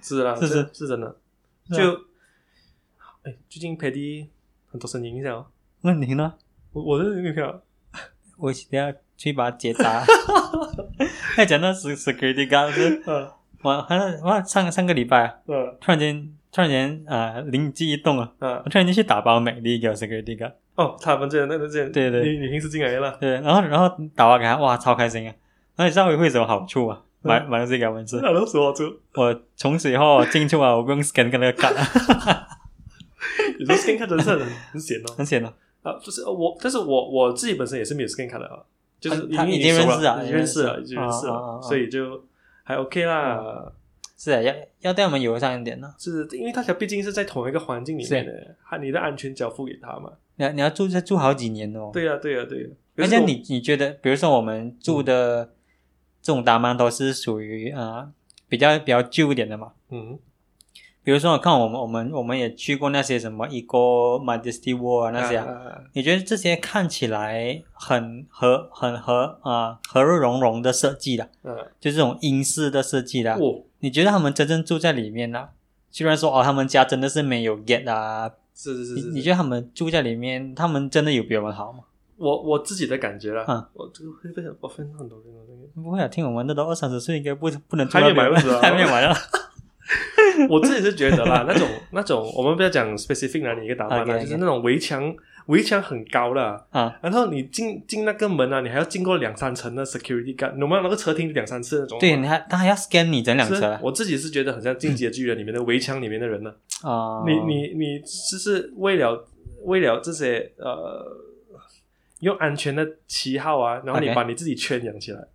[SPEAKER 1] 是啦，
[SPEAKER 2] 是
[SPEAKER 1] 这
[SPEAKER 2] 是
[SPEAKER 1] 是真的。
[SPEAKER 2] 是啊
[SPEAKER 1] 就哎，最近 Paddy 很多声音一下哦，
[SPEAKER 2] 那你呢？
[SPEAKER 1] 我我的女票
[SPEAKER 2] 我等一下去把它结扎。 那讲到 se- security guard，是
[SPEAKER 1] 嗯
[SPEAKER 2] 我好像我上上个礼啊拜啊、
[SPEAKER 1] 嗯
[SPEAKER 2] 突然间，突然间，呃，灵机一动啊，
[SPEAKER 1] 嗯
[SPEAKER 2] 我突然间去打包美丽给我 security guard，
[SPEAKER 1] 哦，他们这那那这
[SPEAKER 2] 对对
[SPEAKER 1] 女女性是进来了，
[SPEAKER 2] 对，然后然后打包给他，哇，超开心啊！然后你知道会有什么好处啊？
[SPEAKER 1] 嗯
[SPEAKER 2] 买买东西给他们吃，
[SPEAKER 1] 那啊都说出，
[SPEAKER 2] 我从此以后我进出啊，我不用 scan 跟那个卡，
[SPEAKER 1] 有时候 skin 看真的是很 很险哦。
[SPEAKER 2] 很显的。
[SPEAKER 1] 啊，就是呃我，但是我我自己本身也是没有 skin 卡的啊，就是
[SPEAKER 2] 啊他
[SPEAKER 1] 已
[SPEAKER 2] 已经
[SPEAKER 1] 熟
[SPEAKER 2] 认识了
[SPEAKER 1] 已
[SPEAKER 2] 已经
[SPEAKER 1] 经认
[SPEAKER 2] 认
[SPEAKER 1] 识
[SPEAKER 2] 识
[SPEAKER 1] 了，
[SPEAKER 2] 了
[SPEAKER 1] 已经认识
[SPEAKER 2] 啊啊啊
[SPEAKER 1] 了，
[SPEAKER 2] 啊
[SPEAKER 1] 所以就还 OK 啦。
[SPEAKER 2] 是啊，要要对他们友善一点呢、
[SPEAKER 1] 是因为大家毕竟是在同一个环境里面的，还你的安全交付给他嘛？
[SPEAKER 2] 你要你要住这住好几年哦。，
[SPEAKER 1] 对呀、对呀、啊对呀、
[SPEAKER 2] 而
[SPEAKER 1] 可是
[SPEAKER 2] 且
[SPEAKER 1] 我
[SPEAKER 2] 你你觉得，比如说我们住的、这种大曼都是属于啊、呃比较比较旧一点的嘛。
[SPEAKER 1] 嗯
[SPEAKER 2] 比如说，我看我们我们我们也去过那些什么 Ego Majesty World 啊那些啊、
[SPEAKER 1] 啊
[SPEAKER 2] 你觉得这些看起来很和很和啊、和乐融融的设计的，
[SPEAKER 1] 啊啊
[SPEAKER 2] 就这种英式的设计的，
[SPEAKER 1] 哦，
[SPEAKER 2] 你觉得他们真正住在里面呢、虽然说哦，他们家真的是没有 get 啊，
[SPEAKER 1] 是是是
[SPEAKER 2] 你
[SPEAKER 1] 是
[SPEAKER 2] 你
[SPEAKER 1] 是，
[SPEAKER 2] 觉得他们住在里面，他们真的有比我们好吗？
[SPEAKER 1] 我我自己的感觉啦，
[SPEAKER 2] 嗯
[SPEAKER 1] 我这个会被我分很多人哦那个
[SPEAKER 2] 不会啊，听我们的都二三十岁，应该不不能住
[SPEAKER 1] 还没
[SPEAKER 2] 到
[SPEAKER 1] 买
[SPEAKER 2] 别
[SPEAKER 1] 不是啊
[SPEAKER 2] 还没买到。
[SPEAKER 1] 我自己是觉得啦，那种那种，我们不要讲 specific 哪里一个打扮啦
[SPEAKER 2] OK，OK
[SPEAKER 1] 就是那种围墙围墙很高的
[SPEAKER 2] 啊，
[SPEAKER 1] 然后你进进那个门啊，你还要经过两三层的 security guard，你们那个车停两三次那种。
[SPEAKER 2] 对，你还他还要 scan 你整辆
[SPEAKER 1] 是
[SPEAKER 2] 车啊、
[SPEAKER 1] 我自己是觉得很像《进击的巨人》里面的围墙里面的人呢、
[SPEAKER 2] 哦
[SPEAKER 1] 你你你就是为了为了这些呃用安全的旗号啊，然后你
[SPEAKER 2] OK
[SPEAKER 1] 把你自己圈养起来。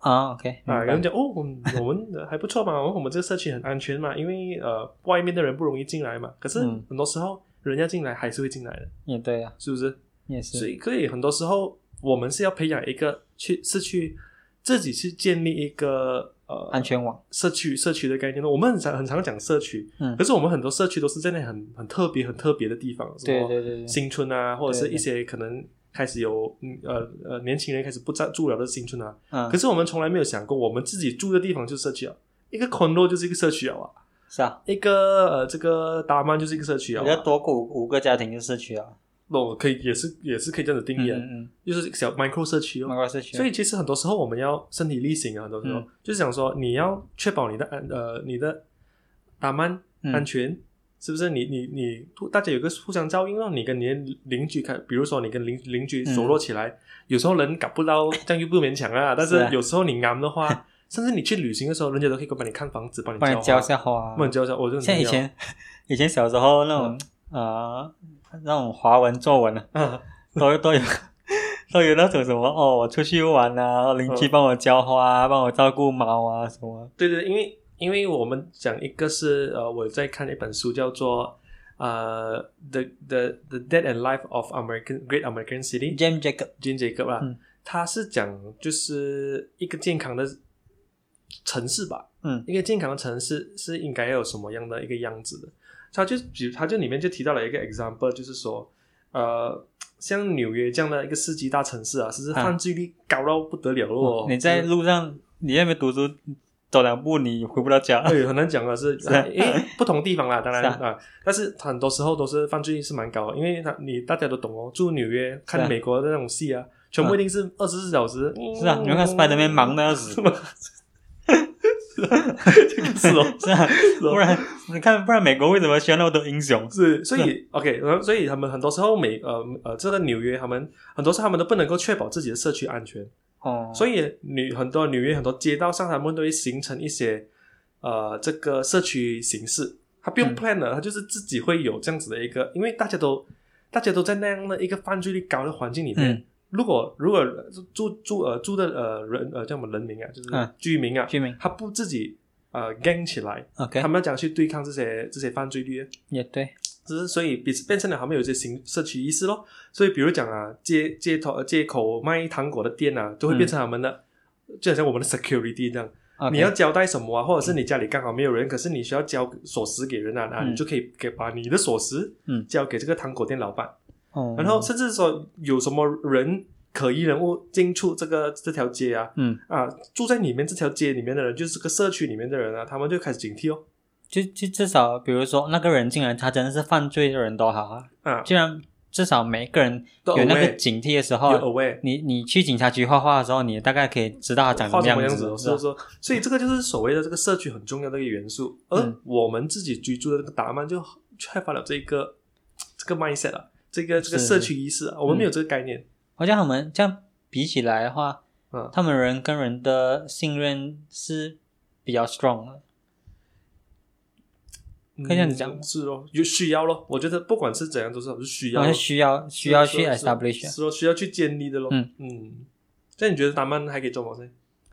[SPEAKER 2] 啊，OK，
[SPEAKER 1] 啊，
[SPEAKER 2] 明白
[SPEAKER 1] 然后讲哦，我们我们还不错嘛，哦我们这个社区很安全嘛，因为呃外面的人不容易进来嘛。可是
[SPEAKER 2] 嗯
[SPEAKER 1] 很多时候人家进来还是会进来的，
[SPEAKER 2] 也对啊，
[SPEAKER 1] 是不是？
[SPEAKER 2] 也
[SPEAKER 1] 所
[SPEAKER 2] 是，
[SPEAKER 1] 以可以很多时候我们是要培养一个去是去自己去建立一个呃
[SPEAKER 2] 安全网，
[SPEAKER 1] 社区社区的概念。我们很常很常讲社区，
[SPEAKER 2] 嗯
[SPEAKER 1] 可是我们很多社区都是在那很很特别很特别的地方，什
[SPEAKER 2] 对
[SPEAKER 1] 么
[SPEAKER 2] 对对对，
[SPEAKER 1] 新村啊，或者是
[SPEAKER 2] 对对
[SPEAKER 1] 一些可能开始有嗯呃呃年轻人开始不在住了的新村啊。
[SPEAKER 2] 嗯，
[SPEAKER 1] 可是我们从来没有想过，我们自己住的地方就是社区啊，一个 condo 就是一个社区啊，
[SPEAKER 2] 是啊，
[SPEAKER 1] 一个呃这个达曼就是一个社区啊
[SPEAKER 2] 我觉，得多过五五个家庭就社区啊，
[SPEAKER 1] 那我可以也是也是可以这样子定义啊，
[SPEAKER 2] 嗯嗯
[SPEAKER 1] 就是小 micro 社区
[SPEAKER 2] 嗯，
[SPEAKER 1] 哦
[SPEAKER 2] 包。括社区啊，
[SPEAKER 1] 所以其实很多时候我们要身体力行啊，很多时候、
[SPEAKER 2] 嗯
[SPEAKER 1] 就是想说你要确保你的安呃你的达曼
[SPEAKER 2] 嗯
[SPEAKER 1] 安全。是不是你你你大家有个互相照应咯？你跟你的邻居看，比如说你跟邻邻居熟
[SPEAKER 2] 嗯
[SPEAKER 1] 络起来，有时候人搞不到，这样又不勉 强啊。但
[SPEAKER 2] 是
[SPEAKER 1] 是
[SPEAKER 2] 啊
[SPEAKER 1] 有时候你啱 的话，甚至你去旅行的时候，人家都可以帮你看房子，帮你
[SPEAKER 2] 帮你浇
[SPEAKER 1] 浇
[SPEAKER 2] 一下花啊，
[SPEAKER 1] 帮你教一下。我就
[SPEAKER 2] 像以前以前小时候那种呃那种华文作文啊，
[SPEAKER 1] 啊，
[SPEAKER 2] 都都有 都有那种什么哦，我出去玩啊，邻居帮我浇花、啊，帮我照顾猫啊什么，
[SPEAKER 1] 对对，因为因为我们讲一个是呃，我在看一本书叫做呃《The The The Dead and Life of American Great American City》
[SPEAKER 2] Jam Jacob，
[SPEAKER 1] j a n Jacob 啦，
[SPEAKER 2] 嗯
[SPEAKER 1] 他是讲就是一个健康的城市吧，
[SPEAKER 2] 嗯
[SPEAKER 1] 一个健康的城市是应该要有什么样的一个样子的。他就比如他就里面就提到了一个 example，就是说，呃，像纽约这样的一个世纪大城市啊，其实
[SPEAKER 2] 啊
[SPEAKER 1] 犯罪率高到不得了咯。
[SPEAKER 2] 哦你在
[SPEAKER 1] 就是
[SPEAKER 2] 路上你在那边读书走两步你回不到家，
[SPEAKER 1] 对，很难讲的是，
[SPEAKER 2] 啊
[SPEAKER 1] 因为不同地方啦，当然
[SPEAKER 2] 是啊
[SPEAKER 1] 啊，但是很多时候都是犯罪率是蛮高的，因为他你大家都懂哦，住纽约
[SPEAKER 2] 是
[SPEAKER 1] 看
[SPEAKER 2] 啊
[SPEAKER 1] 美国的那种戏啊，全部一定是二十四小时。
[SPEAKER 2] 是啊，你们看 Spiderman 忙的要死，
[SPEAKER 1] 是哦，
[SPEAKER 2] 是啊，
[SPEAKER 1] 是哦
[SPEAKER 2] 不然你看，不然美国为什么需要那么多英雄？
[SPEAKER 1] 是，所以 OK，然后所以他们很多时候美呃呃，这个纽约他们很多时候他们都不能够确保自己的社区安全，
[SPEAKER 2] 哦，
[SPEAKER 1] 所
[SPEAKER 2] 以
[SPEAKER 1] 以纽很多纽约很多街道上他们都会形成一些呃这个社区形式，他不用
[SPEAKER 2] 嗯
[SPEAKER 1] plan 了，他就是自己会有这样子的一个，因为大家都大家都在那样的一个犯罪率高的环境里面，
[SPEAKER 2] 嗯
[SPEAKER 1] 如果如果住住呃住的呃人呃叫什么人民啊，就是
[SPEAKER 2] 嗯
[SPEAKER 1] 居民啊，
[SPEAKER 2] 居民
[SPEAKER 1] 他不自己呃 gang 起来，
[SPEAKER 2] ，OK，
[SPEAKER 1] 他们要讲去对抗这些这些犯罪率。啊
[SPEAKER 2] 也对，
[SPEAKER 1] 只是所以变变成了他们有一些形社区意识咯。所以比如讲啊，街街头呃街口卖糖果的店啊，都会变成他们的，就好像我们的 security 这样。你要交代什么啊？或者是你家里刚好没有人，可是你需要交锁匙给人啊，啊，
[SPEAKER 2] 嗯
[SPEAKER 1] 你就可以给把你的锁匙
[SPEAKER 2] 嗯
[SPEAKER 1] 交给这个糖果店老板。
[SPEAKER 2] 哦，
[SPEAKER 1] 然后甚至说有什么人可疑人物进出这个这条街啊
[SPEAKER 2] 嗯，
[SPEAKER 1] 啊，住在里面这条街里面的人，就是这个社区里面的人啊，他们就开始警惕哦
[SPEAKER 2] 就就至少比如说那个人竟然他真的是犯罪的人多好啊，
[SPEAKER 1] 啊，
[SPEAKER 2] 既然至少每个人
[SPEAKER 1] 都
[SPEAKER 2] 有那个
[SPEAKER 1] aware
[SPEAKER 2] 警惕的时
[SPEAKER 1] 有
[SPEAKER 2] 候，
[SPEAKER 1] aware。
[SPEAKER 2] 你你去警察局画画的时候，你大概可以知道他长
[SPEAKER 1] 画什
[SPEAKER 2] 什
[SPEAKER 1] 么
[SPEAKER 2] 么
[SPEAKER 1] 样
[SPEAKER 2] 子，
[SPEAKER 1] 是
[SPEAKER 2] 吧
[SPEAKER 1] 不是说，所以这个就是所谓的这个社区很重要的一个元素。而
[SPEAKER 2] 嗯
[SPEAKER 1] 我们自己居住的这个达曼就缺乏了这个这个 mindset 啊，这个这个
[SPEAKER 2] 是
[SPEAKER 1] 社区意识啊，我们没有这个概念。
[SPEAKER 2] 好像我们这样比起来的话，
[SPEAKER 1] 嗯
[SPEAKER 2] 他们人跟人的信任是比较 strong 的。可以这样子讲
[SPEAKER 1] 嗯是哦，有需要咯。我觉得不管是怎样都是是需要
[SPEAKER 2] 然后哦
[SPEAKER 1] 咯，
[SPEAKER 2] 需要需要去
[SPEAKER 1] 是是
[SPEAKER 2] establish 啊
[SPEAKER 1] 是咯，需要去建立的咯。
[SPEAKER 2] 嗯
[SPEAKER 1] 嗯，那你觉得达曼还可以做某些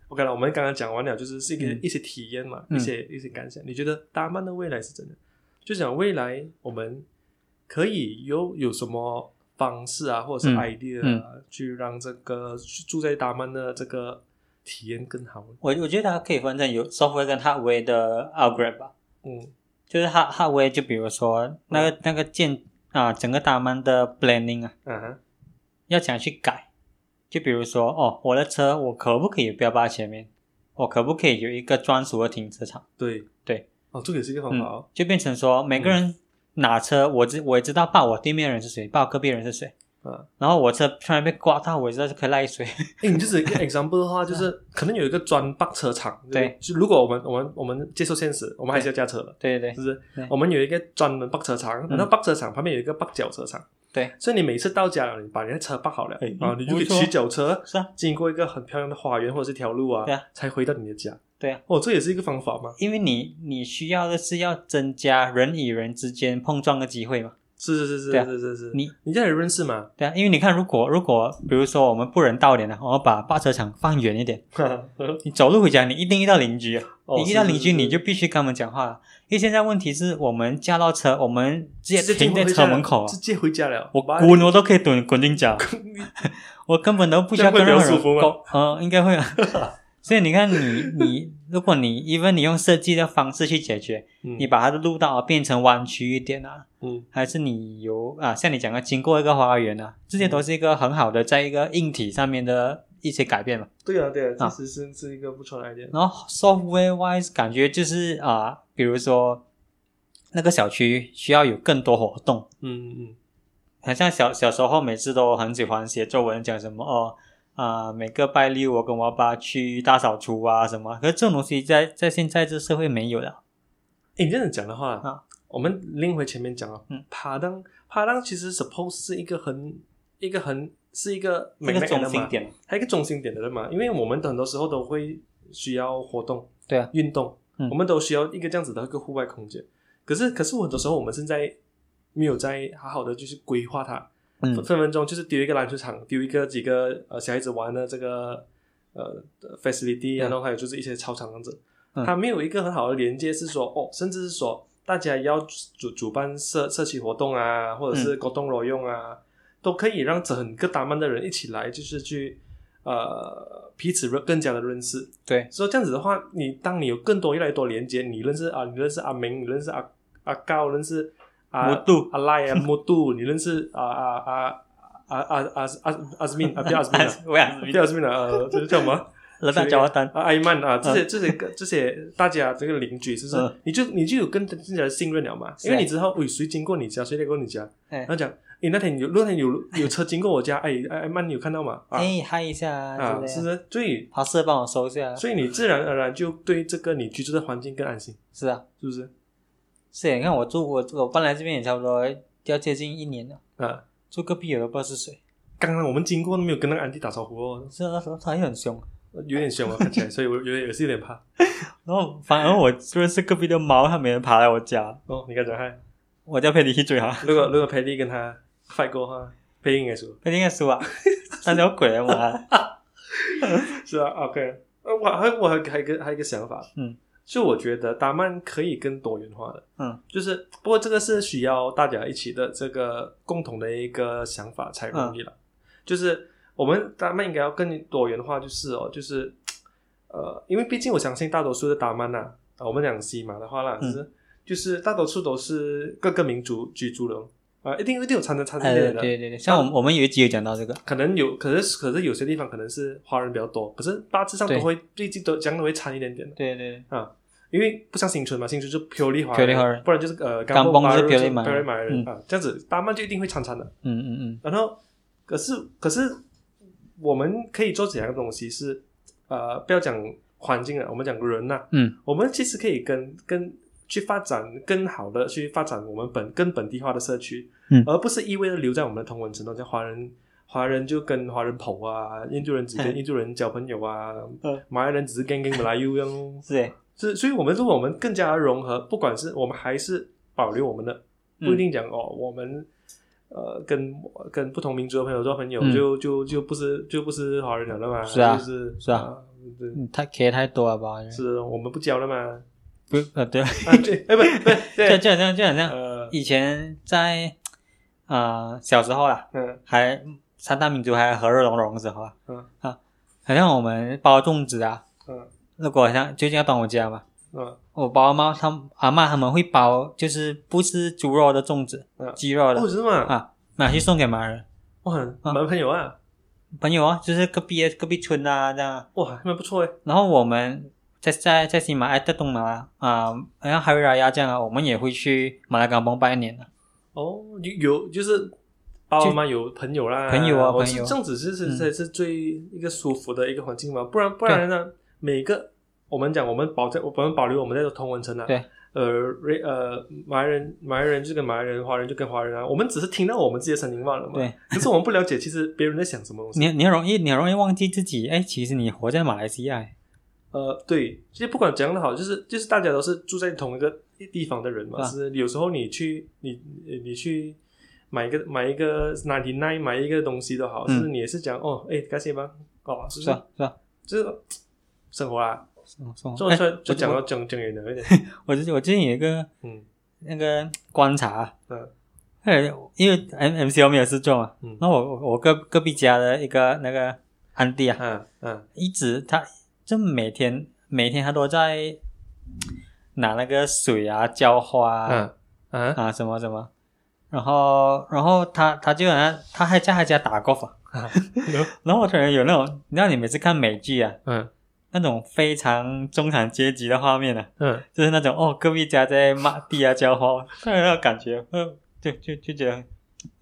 [SPEAKER 1] ？OK 了，我们刚刚讲完了，就是是一个
[SPEAKER 2] 嗯
[SPEAKER 1] 一些体验嘛，
[SPEAKER 2] 嗯
[SPEAKER 1] 一些一些感想。你觉得达曼的未来是怎样？就讲未来我们可以有有什么方式啊，或者是
[SPEAKER 2] 嗯
[SPEAKER 1] idea 啊，去让这个住在达曼的这个体验更好？
[SPEAKER 2] 我我觉得它可以分成有 software 跟 hardware 的 upgrade 吧，
[SPEAKER 1] 嗯
[SPEAKER 2] 就是 hard hardware 就比如说那个、那个建啊整个大曼的 planning 啊，
[SPEAKER 1] 啊哈，
[SPEAKER 2] 要怎样去改？就比如说哦，我的车我可不可以不要霸前面？我可不可以有一个专属的停车场？
[SPEAKER 1] 对
[SPEAKER 2] 对，
[SPEAKER 1] 哦，这个也是一个方
[SPEAKER 2] 嗯
[SPEAKER 1] 法哦。
[SPEAKER 2] 就变成说每个
[SPEAKER 1] 嗯
[SPEAKER 2] 人拿车，我知我也知道报我对面的人是谁，报我隔壁的人是谁。
[SPEAKER 1] 啊，
[SPEAKER 2] 然后我车突然被刮到，我也知道是可以赖水。
[SPEAKER 1] 哎，你就是一个 example 的话，就是可能有一个专霸车场。就是
[SPEAKER 2] 对，
[SPEAKER 1] 就如果我们我们我们接受现实，我们还是要驾车的。
[SPEAKER 2] 对对
[SPEAKER 1] 就
[SPEAKER 2] 对
[SPEAKER 1] 是
[SPEAKER 2] 对嗯
[SPEAKER 1] 我们有一个专门泊车场，然后泊车场旁边有一个泊脚车场，
[SPEAKER 2] 对，
[SPEAKER 1] 所以你每次到家了，你把你的车泊好了，
[SPEAKER 2] 哎
[SPEAKER 1] 然后你就可以
[SPEAKER 2] 不错
[SPEAKER 1] 骑脚车
[SPEAKER 2] 是啊，
[SPEAKER 1] 经过一个很漂亮的花园或者是一条路啊
[SPEAKER 2] 对啊，
[SPEAKER 1] 才回到你的家。
[SPEAKER 2] 对啊，
[SPEAKER 1] 哦，这也是一个方法嘛。
[SPEAKER 2] 因为你你需要的是要增加人与人之间碰撞的机会嘛。
[SPEAKER 1] 是是是是
[SPEAKER 2] 对啊
[SPEAKER 1] 是是是，
[SPEAKER 2] 你
[SPEAKER 1] 你这里认 识嘛？
[SPEAKER 2] 对啊，因为你看，如果如果比如说我们不人道点的，啊我们把霸车场放远一点，你走路回家，你一定遇到邻居啊。
[SPEAKER 1] 哦
[SPEAKER 2] 你遇到
[SPEAKER 1] 是是
[SPEAKER 2] 邻居，
[SPEAKER 1] 是
[SPEAKER 2] 你就必须跟他们讲话了。因为现在问题是我们驾到车，我们直接
[SPEAKER 1] 直接
[SPEAKER 2] 停在
[SPEAKER 1] 回
[SPEAKER 2] 车
[SPEAKER 1] 家了
[SPEAKER 2] 门口啊
[SPEAKER 1] 直，接回家了。
[SPEAKER 2] 我
[SPEAKER 1] 把
[SPEAKER 2] 滚我都可以滚滚进家， 我根本都不需要
[SPEAKER 1] 这样
[SPEAKER 2] 跟
[SPEAKER 1] 会
[SPEAKER 2] 任何
[SPEAKER 1] 比较舒
[SPEAKER 2] 人
[SPEAKER 1] 服吗
[SPEAKER 2] 沟，嗯，应该会啊。 所以你看你，你如果你 even 你用设计的方式去解决，
[SPEAKER 1] 嗯
[SPEAKER 2] 你把它的路道变成弯曲一点啊，
[SPEAKER 1] 嗯
[SPEAKER 2] 还是你有啊，像你讲的经过一个花园啊，这些都是一个很好的在一个硬体上面的一些改变嘛。
[SPEAKER 1] 对啊对啊，
[SPEAKER 2] 啊
[SPEAKER 1] 这实是是一个不错的 idea。
[SPEAKER 2] 然后 software wise 感觉就是啊，比如说那个小区需要有更多活动，
[SPEAKER 1] 嗯嗯
[SPEAKER 2] 很像小小时候每次都很喜欢写作文，讲什么哦啊、每个拜六我跟我爸去大扫除啊什么，可是这种东西在在现在这社会没有了。
[SPEAKER 1] 诶你这样讲的话，
[SPEAKER 2] 啊
[SPEAKER 1] 我们拎回前面讲啊
[SPEAKER 2] 嗯，
[SPEAKER 1] 爬档爬档其实 suppose 是一个很一个很是一个
[SPEAKER 2] 那个
[SPEAKER 1] magnet
[SPEAKER 2] 中
[SPEAKER 1] 的嘛
[SPEAKER 2] 心点，
[SPEAKER 1] 还有一个中心点的人嘛，因为我们很多时候都会需要活动、
[SPEAKER 2] 对啊，
[SPEAKER 1] 运动，
[SPEAKER 2] 嗯
[SPEAKER 1] 我们都需要一个这样子的一个户外空间。可是，可是我很多时候我们现在没有在好好的就是规划它，
[SPEAKER 2] 嗯
[SPEAKER 1] 分，分分钟就是丢一个篮球场，丢一个几个呃小孩子玩的这个呃 facility，、
[SPEAKER 2] 嗯
[SPEAKER 1] 然后还有就是一些操场这样子，
[SPEAKER 2] 嗯
[SPEAKER 1] 它没有一个很好的连接，是说哦，甚至是说大家要主主办社社区活动啊，或者
[SPEAKER 2] 嗯
[SPEAKER 1] 是沟通挪用啊，都可以让整个达曼的人一起来，就是去呃彼此认更加的认识。
[SPEAKER 2] 对，
[SPEAKER 1] 所以这样子的话，你当你有更多越来越多连接，你认识啊，你认识阿明，你认识阿阿高，认识阿
[SPEAKER 2] 木杜
[SPEAKER 1] 阿赖啊木杜，你认识啊啊啊啊啊啊啊阿斯敏啊，不要阿斯敏啊，
[SPEAKER 2] 我想
[SPEAKER 1] 不要阿斯敏啊，呃，这是叫什么？
[SPEAKER 2] 热带交单，
[SPEAKER 1] 啊，艾曼啊，这些这些个这些大家这个邻居，就是
[SPEAKER 2] 嗯
[SPEAKER 1] 你就你就有更更加的信任了嘛，
[SPEAKER 2] 是
[SPEAKER 1] 因
[SPEAKER 2] 啊
[SPEAKER 1] 为你知道，喂，谁经过你家，谁来过你家，
[SPEAKER 2] 哎
[SPEAKER 1] 然后讲，哎，诶，那天有那天有有车经过我家，哎哎哎，曼你有看到吗？啊
[SPEAKER 2] 哎，嗨一下啊
[SPEAKER 1] 啊，
[SPEAKER 2] 之
[SPEAKER 1] 是
[SPEAKER 2] 类的，
[SPEAKER 1] 的，对，
[SPEAKER 2] 好适合帮我收一下，啊
[SPEAKER 1] 所以你自然而然就对这个你居住的环境更安心，
[SPEAKER 2] 是啊，
[SPEAKER 1] 是不是？
[SPEAKER 2] 是啊耶，你看我住我我搬来这边也差不多要接近一年了，
[SPEAKER 1] 啊，
[SPEAKER 2] 住隔壁有的不知道是谁，
[SPEAKER 1] 刚刚我们经过都没有跟那个安迪打招呼哦，
[SPEAKER 2] 是啊，那时候他也很凶，
[SPEAKER 1] 有点凶啊，看起来，所以我有点也是有点怕。
[SPEAKER 2] 然后反而我认识隔壁的猫，它每天爬来我家，
[SPEAKER 1] 哦，你敢讲嗨？
[SPEAKER 2] 我叫佩迪去追它，
[SPEAKER 1] 如果如果佩蒂跟他 fight 过的话，佩蒂应该输。
[SPEAKER 2] 佩迪应该输 啊，三条鬼啊嘛，
[SPEAKER 1] 是啊，OK。呃，我还我还还有一个还有一个想法，
[SPEAKER 2] 嗯，
[SPEAKER 1] 就我觉得达曼可以更多元化的，
[SPEAKER 2] 嗯，
[SPEAKER 1] 就是不过这个是需要大家一起的这个共同的一个想法才容易
[SPEAKER 2] 嗯
[SPEAKER 1] 了。就是我们达曼应该要更多元化，就是哦，就是呃，因为毕竟我相信大多数的达曼呐、啊，我们讲西马的话啦，就
[SPEAKER 2] 嗯
[SPEAKER 1] 是就是大多数都是各个民族居住的哦，啊、一定一定有掺杂掺杂
[SPEAKER 2] 哎，
[SPEAKER 1] 的
[SPEAKER 2] 对
[SPEAKER 1] 的，
[SPEAKER 2] 对对，像我们我们有一集有讲到这个，
[SPEAKER 1] 可能有，可是可是有些地方可能是华人比较多，可是大致上都
[SPEAKER 2] 对
[SPEAKER 1] 会最近都讲的会掺一点点的
[SPEAKER 2] 对对对，
[SPEAKER 1] 啊，因为不像新村嘛，新村就 purely 华
[SPEAKER 2] purely 华人
[SPEAKER 1] 不然就是呃
[SPEAKER 2] 甘
[SPEAKER 1] 邦
[SPEAKER 2] 榜就是 purely 马来
[SPEAKER 1] purely
[SPEAKER 2] 人
[SPEAKER 1] 马来人啊，这样子大曼就一定会掺掺的。
[SPEAKER 2] 嗯嗯嗯，
[SPEAKER 1] 然后可是可是我们可以做怎样的东西是呃不要讲环境啊了，我们讲人呐、
[SPEAKER 2] 嗯，
[SPEAKER 1] 我们其实可以跟跟去发展更好的去发展我们本更本地化的社区，
[SPEAKER 2] 嗯
[SPEAKER 1] 而不是一味的留在我们的同文城中，像华人。华人就跟华人捧啊，印度人只跟印度人交朋友啊，
[SPEAKER 2] 哎嗯
[SPEAKER 1] 马来人只是跟跟马来友一样哦。
[SPEAKER 2] 是耶，
[SPEAKER 1] 是，所以我们如果我们更加融合，不管是我们还是保留我们的，
[SPEAKER 2] 嗯
[SPEAKER 1] 不一定讲哦，我们呃跟跟不同民族的朋友做朋友，
[SPEAKER 2] 嗯
[SPEAKER 1] 就就就不是就不是华人了的嘛，
[SPEAKER 2] 是啊
[SPEAKER 1] 就是
[SPEAKER 2] 是啊
[SPEAKER 1] 对
[SPEAKER 2] 嗯太 K 太多了吧？
[SPEAKER 1] 是我们不交了嘛，
[SPEAKER 2] 不呃 对，
[SPEAKER 1] 啊对，哎不不
[SPEAKER 2] 就
[SPEAKER 1] 对，
[SPEAKER 2] 就好像就好像
[SPEAKER 1] 呃
[SPEAKER 2] 以前在啊、呃小时候啦，
[SPEAKER 1] 嗯
[SPEAKER 2] 还三大民族还和乐融融的时候啊，
[SPEAKER 1] 嗯
[SPEAKER 2] 啊，好像我们包粽子啊，
[SPEAKER 1] 嗯
[SPEAKER 2] 如果好像最近要端午节了嘛，
[SPEAKER 1] 嗯
[SPEAKER 2] 我包阿妈他们阿妈他们会包，就是不是猪肉的粽子，
[SPEAKER 1] 嗯
[SPEAKER 2] 鸡肉的、
[SPEAKER 1] 哦是吗？
[SPEAKER 2] 啊，拿去送给马人
[SPEAKER 1] 哇，蛮朋友啊，
[SPEAKER 2] 朋友啊，就是隔壁隔壁村啊这样啊。
[SPEAKER 1] 哇，还蛮不错哎，
[SPEAKER 2] 然后我们在在在新马哎在东马啊，啊好像还有拉亚这样啊，我们也会去马来港邦拜年啊的、
[SPEAKER 1] 哦有有就是。爸爸妈妈有朋友啦，
[SPEAKER 2] 朋友啊
[SPEAKER 1] 我
[SPEAKER 2] 朋
[SPEAKER 1] 是
[SPEAKER 2] 友
[SPEAKER 1] 这样子是是
[SPEAKER 2] 嗯
[SPEAKER 1] 才是最一个舒服的一个环境嘛，不然不然呢，每个我们讲我们保在我们保留我们在同文层啊，
[SPEAKER 2] 对，
[SPEAKER 1] 呃，瑞呃，马来人马来人就跟马来人，华人就跟华人啊，我们只是听到我们自己的声音罢了嘛，
[SPEAKER 2] 对，
[SPEAKER 1] 可是我们不了解其实别人在想什么东西，
[SPEAKER 2] 你你很容易你很容易忘记自己哎，其实你活在马来西亚哎，
[SPEAKER 1] 呃，对，其实不管讲的好，就是就是大家都是住在同一个地方的人嘛，
[SPEAKER 2] 啊
[SPEAKER 1] 是有时候你去你你你去买一个买一个 ninety nine 买一个东西都好，
[SPEAKER 2] 嗯
[SPEAKER 1] 是你也是讲哦，哎，感谢吧，哦，是
[SPEAKER 2] 是
[SPEAKER 1] 不是？
[SPEAKER 2] 吧是吧？
[SPEAKER 1] 就是生活啊，
[SPEAKER 2] 送送
[SPEAKER 1] 做
[SPEAKER 2] 哎
[SPEAKER 1] 出来
[SPEAKER 2] 我
[SPEAKER 1] 就讲
[SPEAKER 2] 我
[SPEAKER 1] 到讲讲远了一 点，
[SPEAKER 2] 我最我最近有一个
[SPEAKER 1] 嗯
[SPEAKER 2] 那个观察，
[SPEAKER 1] 嗯
[SPEAKER 2] 哎，因为 M M C O 没有事做嘛，
[SPEAKER 1] 嗯
[SPEAKER 2] 那我我我隔隔壁家的一个那个安迪啊，
[SPEAKER 1] 嗯嗯
[SPEAKER 2] 一直他就每天每天他都在拿那个水啊浇花啊,、
[SPEAKER 1] 嗯嗯
[SPEAKER 2] 啊什么什么，然后然后他他就好像他还在他家打 golf，、啊、然后我突然有那种，你知道你每次看美剧啊，
[SPEAKER 1] 嗯
[SPEAKER 2] 那种非常中产阶级的画面啊。
[SPEAKER 1] 嗯，
[SPEAKER 2] 就是那种哦，隔壁家在骂地啊浇花，突然那种感觉，嗯，就就就觉得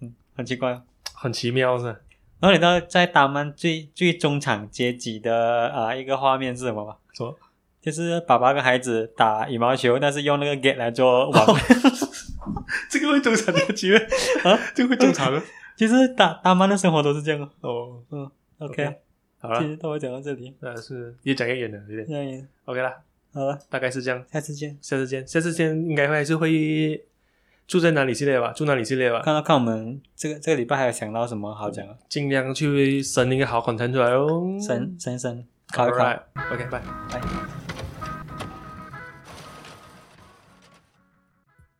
[SPEAKER 2] 嗯很奇怪。
[SPEAKER 1] 很奇妙是吧。
[SPEAKER 2] 然后你知道在他们最最中产阶级的啊、一个画面是什么吗？
[SPEAKER 1] 什么？
[SPEAKER 2] 就是爸爸跟孩子打羽毛球，但是用那个 get 来做网，
[SPEAKER 1] 哦这个会中产的机会
[SPEAKER 2] 啊，
[SPEAKER 1] 这个会中产的
[SPEAKER 2] 就是打他们的生活都是这样哦。
[SPEAKER 1] 哦。
[SPEAKER 2] 嗯
[SPEAKER 1] OK
[SPEAKER 2] ，OK，
[SPEAKER 1] 好
[SPEAKER 2] 今
[SPEAKER 1] 了，
[SPEAKER 2] 天到我讲到这里，
[SPEAKER 1] 呃是越讲越远了，有点
[SPEAKER 2] 这样也
[SPEAKER 1] OK 啦，
[SPEAKER 2] 好了，
[SPEAKER 1] 大概是这样。
[SPEAKER 2] 下次见。
[SPEAKER 1] 下次见，下次见应该会还是会住在哪里系列吧，住哪里系列吧，
[SPEAKER 2] 看到看我们这个这个礼拜还有想到什么好讲啊？
[SPEAKER 1] 尽量去生一个好 content 出来哦。
[SPEAKER 2] 生生生，考一考。
[SPEAKER 1] ，Alright，OK，拜。
[SPEAKER 2] 拜。